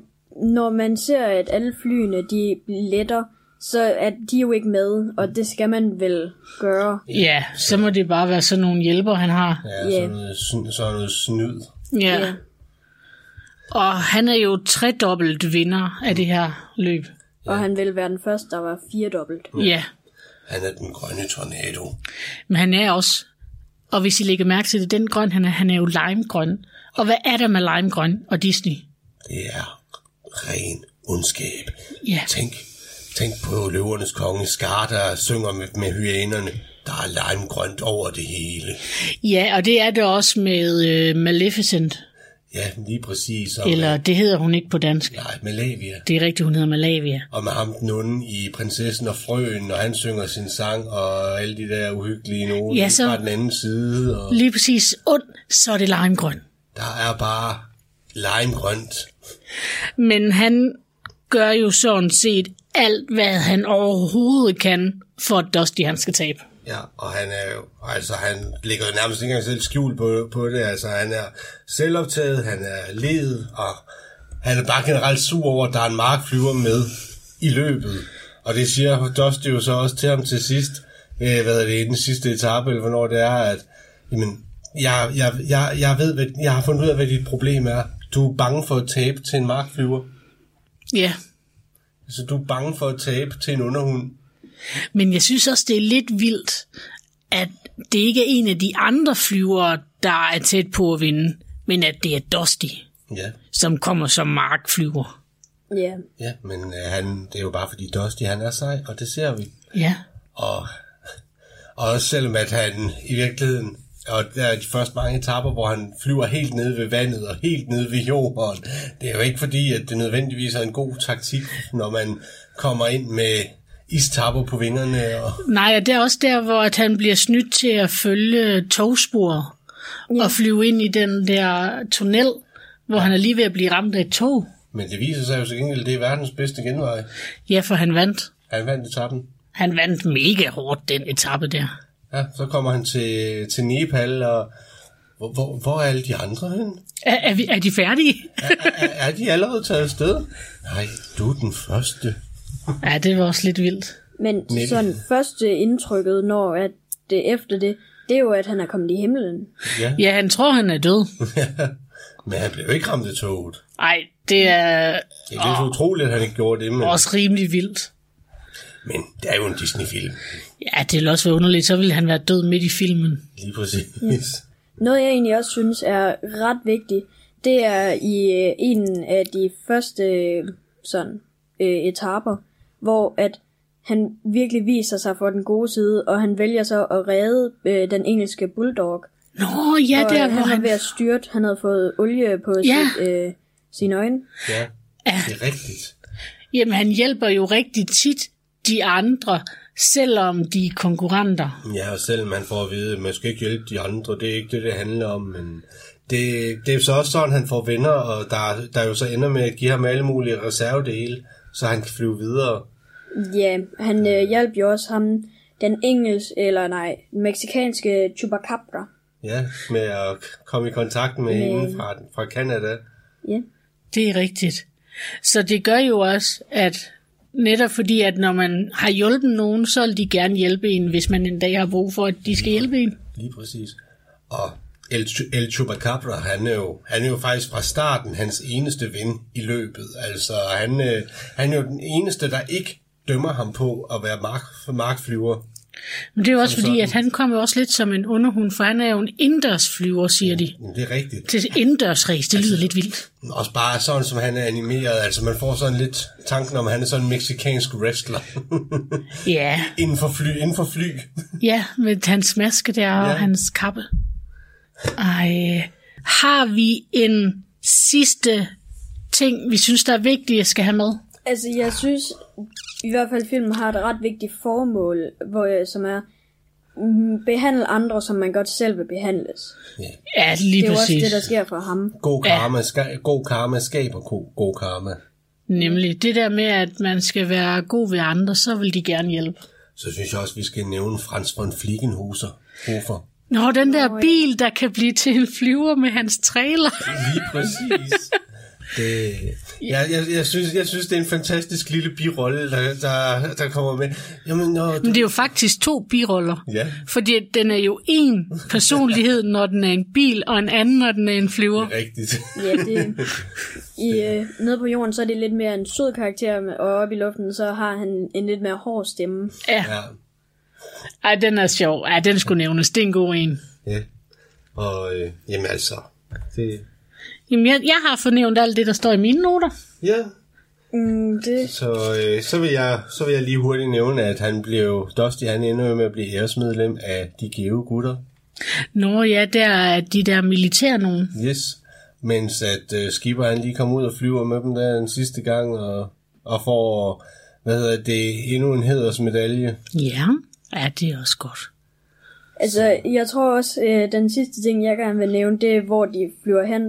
[SPEAKER 6] når man ser, at alle flyene, de letter, så er de jo ikke med, og det skal man vel gøre.
[SPEAKER 12] Ja, så må det bare være sådan nogle hjælper, han har.
[SPEAKER 13] Ja, yeah. noget, sn- sådan noget snyd.
[SPEAKER 12] Ja. ja. Og han er jo tredobbelt vinder af det her løb.
[SPEAKER 6] Og han ville være den første, der var firedobbelt.
[SPEAKER 12] Ja,
[SPEAKER 13] Han er den grønne tornado.
[SPEAKER 12] men han er også, og hvis I lægger mærke til det, den grøn, han er, han er jo limegrøn. Og hvad er der med limegrøn og Disney?
[SPEAKER 13] Det er ren ondskab.
[SPEAKER 12] Ja.
[SPEAKER 13] Tænk, tænk på løvernes konge Scar, der synger med, med hyænerne. Der er limegrønt over det hele.
[SPEAKER 12] Ja, og det er det også med øh, Maleficent.
[SPEAKER 13] Ja, lige præcis. Og
[SPEAKER 12] Eller det hedder hun ikke på dansk.
[SPEAKER 13] Nej, Malavia.
[SPEAKER 12] Det er rigtigt, hun hedder Malavia.
[SPEAKER 13] Og med ham den onde i Prinsessen og Frøen, og han synger sin sang, og alle de der uhyggelige noter
[SPEAKER 12] Ja, så-
[SPEAKER 13] fra den anden side. Og
[SPEAKER 12] Lige præcis ond, så er det limegrøn.
[SPEAKER 13] der er bare limegrønt.
[SPEAKER 12] Men han gør jo sådan set alt, hvad han overhovedet kan, for at Dusty han skal tabe.
[SPEAKER 13] Ja, og han er jo, altså han ligger jo nærmest ikke engang selv skjult på, på det, altså han er selvoptaget, han er led, og han er bare generelt sur over, at der er en markflyver med i løbet. Og det siger Dusty jo så også til ham til sidst, øh, hvad er det, i den sidste etape, eller hvornår det er, at jamen, jeg, jeg, jeg, jeg, ved, hvad, jeg har fundet ud af, hvad dit problem er. Du er bange for at tabe til en markflyver.
[SPEAKER 12] Ja,
[SPEAKER 13] Altså, du er bange for at tabe til en underhund.
[SPEAKER 12] men jeg synes også, det er lidt vildt, at det ikke er en af de andre flyvere, der er tæt på at vinde, men at det er Dusty,
[SPEAKER 13] Ja.
[SPEAKER 12] som kommer som markflyver.
[SPEAKER 6] Ja.
[SPEAKER 13] Ja, men øh, han, det er jo bare fordi Dusty, han er sej, og det ser vi.
[SPEAKER 12] Ja.
[SPEAKER 13] Og, og også selvom at han i virkeligheden, og der er de første mange etapper, hvor han flyver helt ned ved vandet og helt ned ved jorden, det er jo ikke fordi, at det nødvendigvis er en god taktik, når man kommer ind med istapper på vingerne. Og,
[SPEAKER 12] Nej, og det er også der, hvor at han bliver snydt til at følge togspor ja. og flyve ind i den der tunnel, hvor han er lige ved at blive ramt af et tog.
[SPEAKER 13] men det viser sig jo til gengæld, at det er verdens bedste genvej.
[SPEAKER 12] Ja, for han vandt.
[SPEAKER 13] Han vandt etappen.
[SPEAKER 12] Han vandt mega hårdt den etape der.
[SPEAKER 13] Ja, så kommer han til, til Nepal, og hvor, hvor, hvor er alle de andre henne?
[SPEAKER 12] Er, er, vi, er de færdige?
[SPEAKER 13] Er, er de allerede taget afsted? Nej, du er den første.
[SPEAKER 12] Ja, det var også lidt vildt.
[SPEAKER 6] Men
[SPEAKER 13] Men-
[SPEAKER 6] sådan første indtrykket, når at det efter det, det er jo, at han er kommet i himlen.
[SPEAKER 12] Ja, han tror, han er død.
[SPEAKER 13] Men han blev jo ikke ramt af toget.
[SPEAKER 12] Nej, det er
[SPEAKER 13] Det er lidt oh. utroligt, at han ikke gjorde det, men,
[SPEAKER 12] også rimelig vildt.
[SPEAKER 13] men det er jo en Disney-film.
[SPEAKER 12] Ja, det ville også være underligt, så ville han være død midt i filmen.
[SPEAKER 13] Lige præcis.
[SPEAKER 6] Noget jeg egentlig også synes er ret vigtigt, det er i øh, en af de første øh, sådan øh, etaper, hvor at han virkelig viser sig for den gode side, og han vælger så at redde øh, den engelske bulldog.
[SPEAKER 12] Nå, ja,
[SPEAKER 6] og,
[SPEAKER 12] der
[SPEAKER 6] øh,
[SPEAKER 12] hvor
[SPEAKER 6] han var ved
[SPEAKER 12] han...
[SPEAKER 6] at styrte, han havde fået olie på
[SPEAKER 12] Ja.
[SPEAKER 6] sit, øh, sine øjne.
[SPEAKER 13] Ja, det er rigtigt.
[SPEAKER 12] Jamen, han hjælper jo rigtig tit de andre, selvom de er konkurrenter.
[SPEAKER 13] Ja, og selvom man får at vide, at man skal ikke hjælpe de andre, det er ikke det, det handler om, men det, det er så også sådan, han får venner, og der, der jo så ender med at give ham alle mulige reservedele, så han kan flyve videre.
[SPEAKER 6] Ja, han øh, hjalp jo også ham, den engelsk, eller nej, den meksikanske Chupacabra.
[SPEAKER 13] Ja, med at komme i kontakt med
[SPEAKER 6] Men-
[SPEAKER 13] en fra, fra Canada.
[SPEAKER 6] Ja.
[SPEAKER 12] Det er rigtigt. Så det gør jo også, at netop fordi, at når man har hjulpet nogen, så vil de gerne hjælpe en, hvis man en dag har brug for, at de skal hjælpe en.
[SPEAKER 13] Lige præcis. Og El, El Chupacabra, han er, jo, han er jo faktisk fra starten hans eneste ven i løbet. Altså, han, øh, han er jo den eneste, der ikke dømmer ham på at være mark, markflyver.
[SPEAKER 12] Men det er jo også
[SPEAKER 13] Som
[SPEAKER 12] fordi,
[SPEAKER 13] sådan.
[SPEAKER 12] at han kommer jo også lidt som en underhund, for han er jo en indendørsflyver, siger de.
[SPEAKER 13] Men det er rigtigt.
[SPEAKER 12] Til indendørsræs, det lyder lidt vildt.
[SPEAKER 13] Også bare sådan, som han er animeret. Altså, man får sådan lidt tanken om, at han er sådan en meksikansk wrestler.
[SPEAKER 12] Ja,
[SPEAKER 13] inden for fly, inden for fly.
[SPEAKER 12] ja med hans maske der og
[SPEAKER 13] Ja.
[SPEAKER 12] hans kappe. Ej, har vi en sidste ting, vi synes, der er vigtigt, jeg skal have med?
[SPEAKER 6] Altså, jeg synes i hvert fald, filmen har et ret vigtigt formål, hvor, øh, som er mm, behandle andre, som man godt selv vil behandles.
[SPEAKER 12] Ja, lige
[SPEAKER 6] det er jo også
[SPEAKER 12] præcis.
[SPEAKER 6] det, der sker for ham.
[SPEAKER 13] God karma, ska, god karma skaber god, god karma.
[SPEAKER 12] Nemlig det der med, at man skal være god ved andre, så vil de gerne hjælpe.
[SPEAKER 13] Så synes jeg også, vi skal nævne Frans von Flickenhuser. Hvorfor?
[SPEAKER 12] Nå, den der bil, der kan blive til en flyver med hans trailer.
[SPEAKER 13] Lige præcis. Det, jeg, jeg, jeg, synes, jeg synes, det er en fantastisk lille birolle, der, der, der kommer med. Jamen, når du,
[SPEAKER 12] Men det er jo faktisk to biroller.
[SPEAKER 13] Ja.
[SPEAKER 12] Fordi at den er jo en personlighed, når den er en bil, og en anden, når den er en flyver.
[SPEAKER 13] Rigtigt.
[SPEAKER 6] Ja, det, i, øh, nede på jorden, så er det lidt mere en sød karakter, og oppe i luften, så har han en lidt mere hård stemme.
[SPEAKER 12] Ja.
[SPEAKER 13] ja.
[SPEAKER 12] Ej, den er sjov. Ej, den skulle nævnes. Det er en god en.
[SPEAKER 13] ja. Og øh, jamen altså, det,
[SPEAKER 12] Jamen, jeg, jeg har fornævnt alt det, der står i mine noter.
[SPEAKER 13] ja,
[SPEAKER 6] Mm, det,
[SPEAKER 13] Så, øh, så, vil jeg, så vil jeg lige hurtigt nævne, at han blev, Dusty han ender jo med at blive æresmedlem af de gave gutter.
[SPEAKER 12] Nå ja, der er de der militær nogen.
[SPEAKER 13] Yes. Mens at øh, Skipper han lige kom ud og flyver med dem der den sidste gang, og, og får, hvad hedder det, endnu en hedersmedalje.
[SPEAKER 12] Ja, ja det er også godt.
[SPEAKER 6] altså, jeg tror også, øh, den sidste ting, jeg gerne vil nævne, det er, hvor de flyver hen.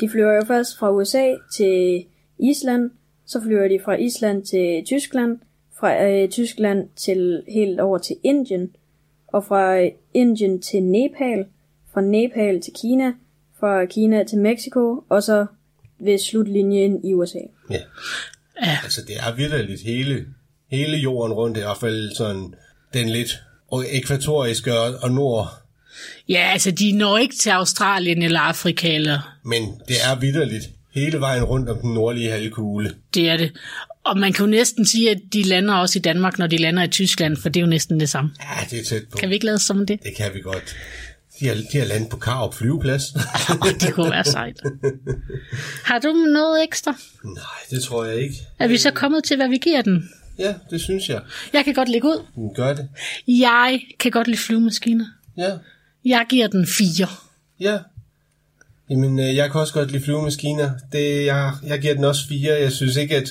[SPEAKER 6] De flyver jo først fra USA til Island, så flyver de fra Island til Tyskland, fra øh, Tyskland til helt over til Indien, og fra øh, Indien til Nepal, fra Nepal til Kina, fra Kina til Mexico, og så ved slutlinjen i USA.
[SPEAKER 13] Ja. ja. Altså det er vidderligt hele, hele jorden rundt, i hvert fald sådan den lidt og ekvatoriske og, og nord,
[SPEAKER 12] Ja, altså, de når ikke til Australien eller Afrika, eller
[SPEAKER 13] men det er vidderligt hele vejen rundt om den nordlige halvkugle.
[SPEAKER 12] det er det. Og man kan jo næsten sige, at de lander også i Danmark, når de lander i Tyskland, for det er jo næsten det samme.
[SPEAKER 13] Ja, det er tæt på.
[SPEAKER 12] Kan vi ikke lade os som det?
[SPEAKER 13] Det kan vi godt. De har, de har landet på Karup flyveplads.
[SPEAKER 12] Åh, det kunne være sejt. Har du noget ekstra?
[SPEAKER 13] Nej, det tror jeg ikke.
[SPEAKER 12] Er vi så kommet til, hvad vi giver den?
[SPEAKER 13] Ja, det synes jeg.
[SPEAKER 12] Jeg kan godt lægge ud.
[SPEAKER 13] Du gør det.
[SPEAKER 12] Jeg kan godt lide flyvemaskiner.
[SPEAKER 13] Ja,
[SPEAKER 12] Jeg giver den fire.
[SPEAKER 13] ja. Jamen, øh, jeg kan også godt lide flyvemaskiner. Det, jeg, jeg giver den også fire. Jeg synes ikke, at...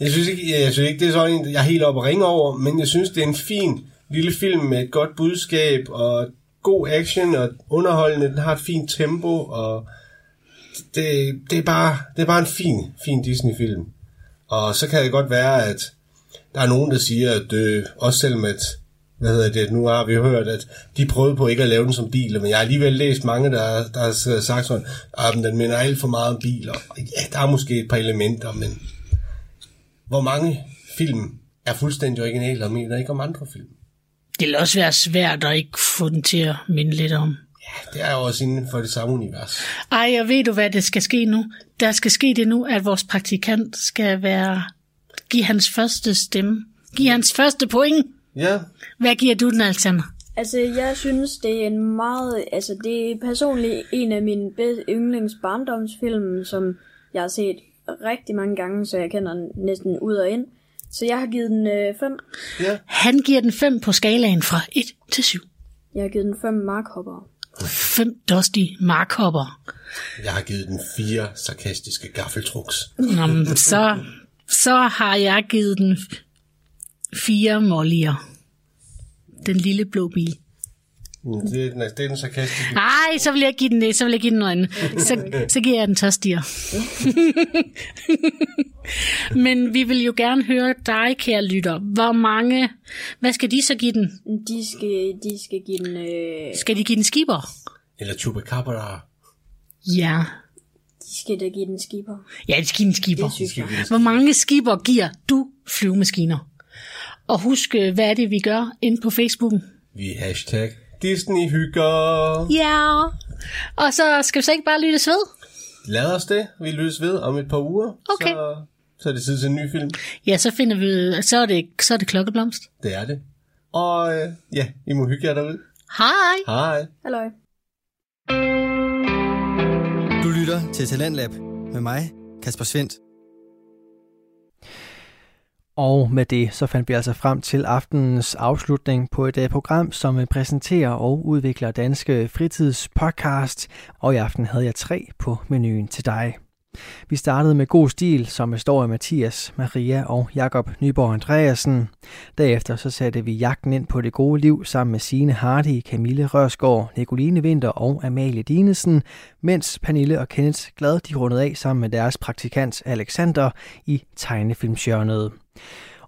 [SPEAKER 13] Jeg synes ikke, jeg synes ikke det er sådan en, jeg er helt oppe at ringe over, men jeg synes, det er en fin lille film med et godt budskab og god action og underholdende. Den har et fint tempo, og det, det, er, bare, det er bare en fin, fin Disney-film. Og så kan det godt være, at der er nogen, der siger, at øh, også selvom at, hvad hedder det, nu har vi hørt, at de prøvede på ikke at lave den som biler, men jeg har alligevel læst mange, der, der har siddet og sagt sådan, at den minder alt for meget om biler. Og Ja, der er måske et par elementer, men hvor mange film er fuldstændig originale og minder ikke om andre film?
[SPEAKER 12] Det vil også være svært at ikke få den til at minde lidt om.
[SPEAKER 13] Det er jo også inden for det samme univers.
[SPEAKER 12] Ej, og ved du, hvad der skal ske nu? Der skal ske det nu, at vores praktikant skal være... Give hans første stemme. Give hans første point.
[SPEAKER 13] Ja,
[SPEAKER 12] Hvad giver du den, Alexander?
[SPEAKER 6] Altså, jeg synes, det er en meget... Altså, det er personligt en af mine bedste yndlings barndomsfilm, som jeg har set rigtig mange gange, så jeg kender den næsten ud og ind. Så jeg har givet den 5. Øh,
[SPEAKER 13] ja.
[SPEAKER 12] Han giver den 5 på skalaen fra 1 til 7.
[SPEAKER 6] jeg har givet den 5 markhopper.
[SPEAKER 12] 5 dusty markhopper.
[SPEAKER 13] Jeg har givet den fire sarkastiske gaffeltruks.
[SPEAKER 12] Nå, men så, så har jeg givet den fire mollier. Den lille blå bil.
[SPEAKER 13] Mm, Det er den, det er den sarkastiske.
[SPEAKER 12] Nej, så vil jeg ikke give den det. Så vil jeg give den noget andet. Så, så giver jeg den tørstiger. Men vi vil jo gerne høre dig, kære lytter. Hvor mange... Hvad skal de så give den?
[SPEAKER 6] De skal, de skal give den... Øh,
[SPEAKER 12] Skal de give den skiber?
[SPEAKER 13] Eller chupacabra.
[SPEAKER 12] Ja.
[SPEAKER 6] de skal da give den skipper.
[SPEAKER 12] Ja, de skal give den skiber.
[SPEAKER 6] Det synes jeg.
[SPEAKER 12] Hvor mange skiber giver du flyvemaskiner? Og husk, øh, hvad er det, vi gør inde på Facebooken?
[SPEAKER 13] Vi er hashtag Disney hygger.
[SPEAKER 12] Ja. Og så skal vi så ikke bare lytte sved?
[SPEAKER 13] Lad os det. Vi lyttes ved om et par uger.
[SPEAKER 12] Okay.
[SPEAKER 13] Så, så er det tid til en ny film.
[SPEAKER 12] Ja, så finder vi... Så er det, så er det klokkeblomst.
[SPEAKER 13] Det er det. Og øh, ja, I må hygge jer derude.
[SPEAKER 12] Hej!
[SPEAKER 13] Hej.
[SPEAKER 6] Halløj.
[SPEAKER 1] Du lytter til Talentlab med mig, Kasper Svendt.
[SPEAKER 2] Og med det så fandt vi altså frem til aftenens afslutning på et øh, program, som øh, præsenterer og udvikler danske fritidspodcast. Og i aften havde jeg tre på menuen til dig. Vi startede med God Stil, som består af Mathias, Maria og Jakob Nyborg Andreasen. Derefter så satte vi jagten ind på det gode liv sammen med Signe Hardy, Camille Rørsgaard, Nicoline Vinter og Amalie Dinesen, mens Pernille og Kenneth Glad de rundede af sammen med deres praktikant Alexander i tegnefilmsjørnet.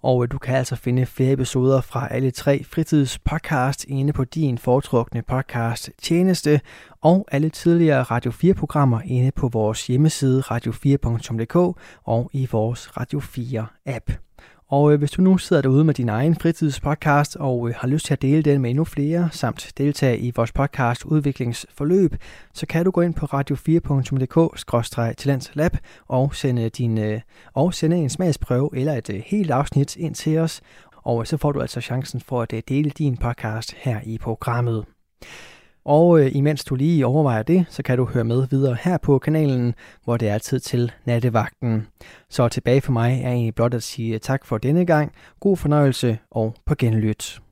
[SPEAKER 2] Og øh, du kan altså finde flere episoder fra alle tre fritidspodcasts inde på din foretrukne podcast tjeneste og alle tidligere Radio 4-programmer inde på vores hjemmeside radio4.dk og i vores Radio 4-app. Og øh, hvis du nu sidder derude med din egen fritidspodcast og øh, har lyst til at dele den med endnu flere, samt deltage i vores podcast udviklingsforløb, så kan du gå ind på radio4.dk-talentlab og sende, din, øh, og sende en smagsprøve eller et øh, helt afsnit ind til os. Og øh, så får du altså chancen for at øh, dele din podcast her i programmet. Og øh, imens du lige overvejer det, så kan du høre med videre her på kanalen, hvor det er tid til nattevagten. øh, Så tilbage for mig er egentlig blot at sige tak for denne gang, god fornøjelse og på genlyt.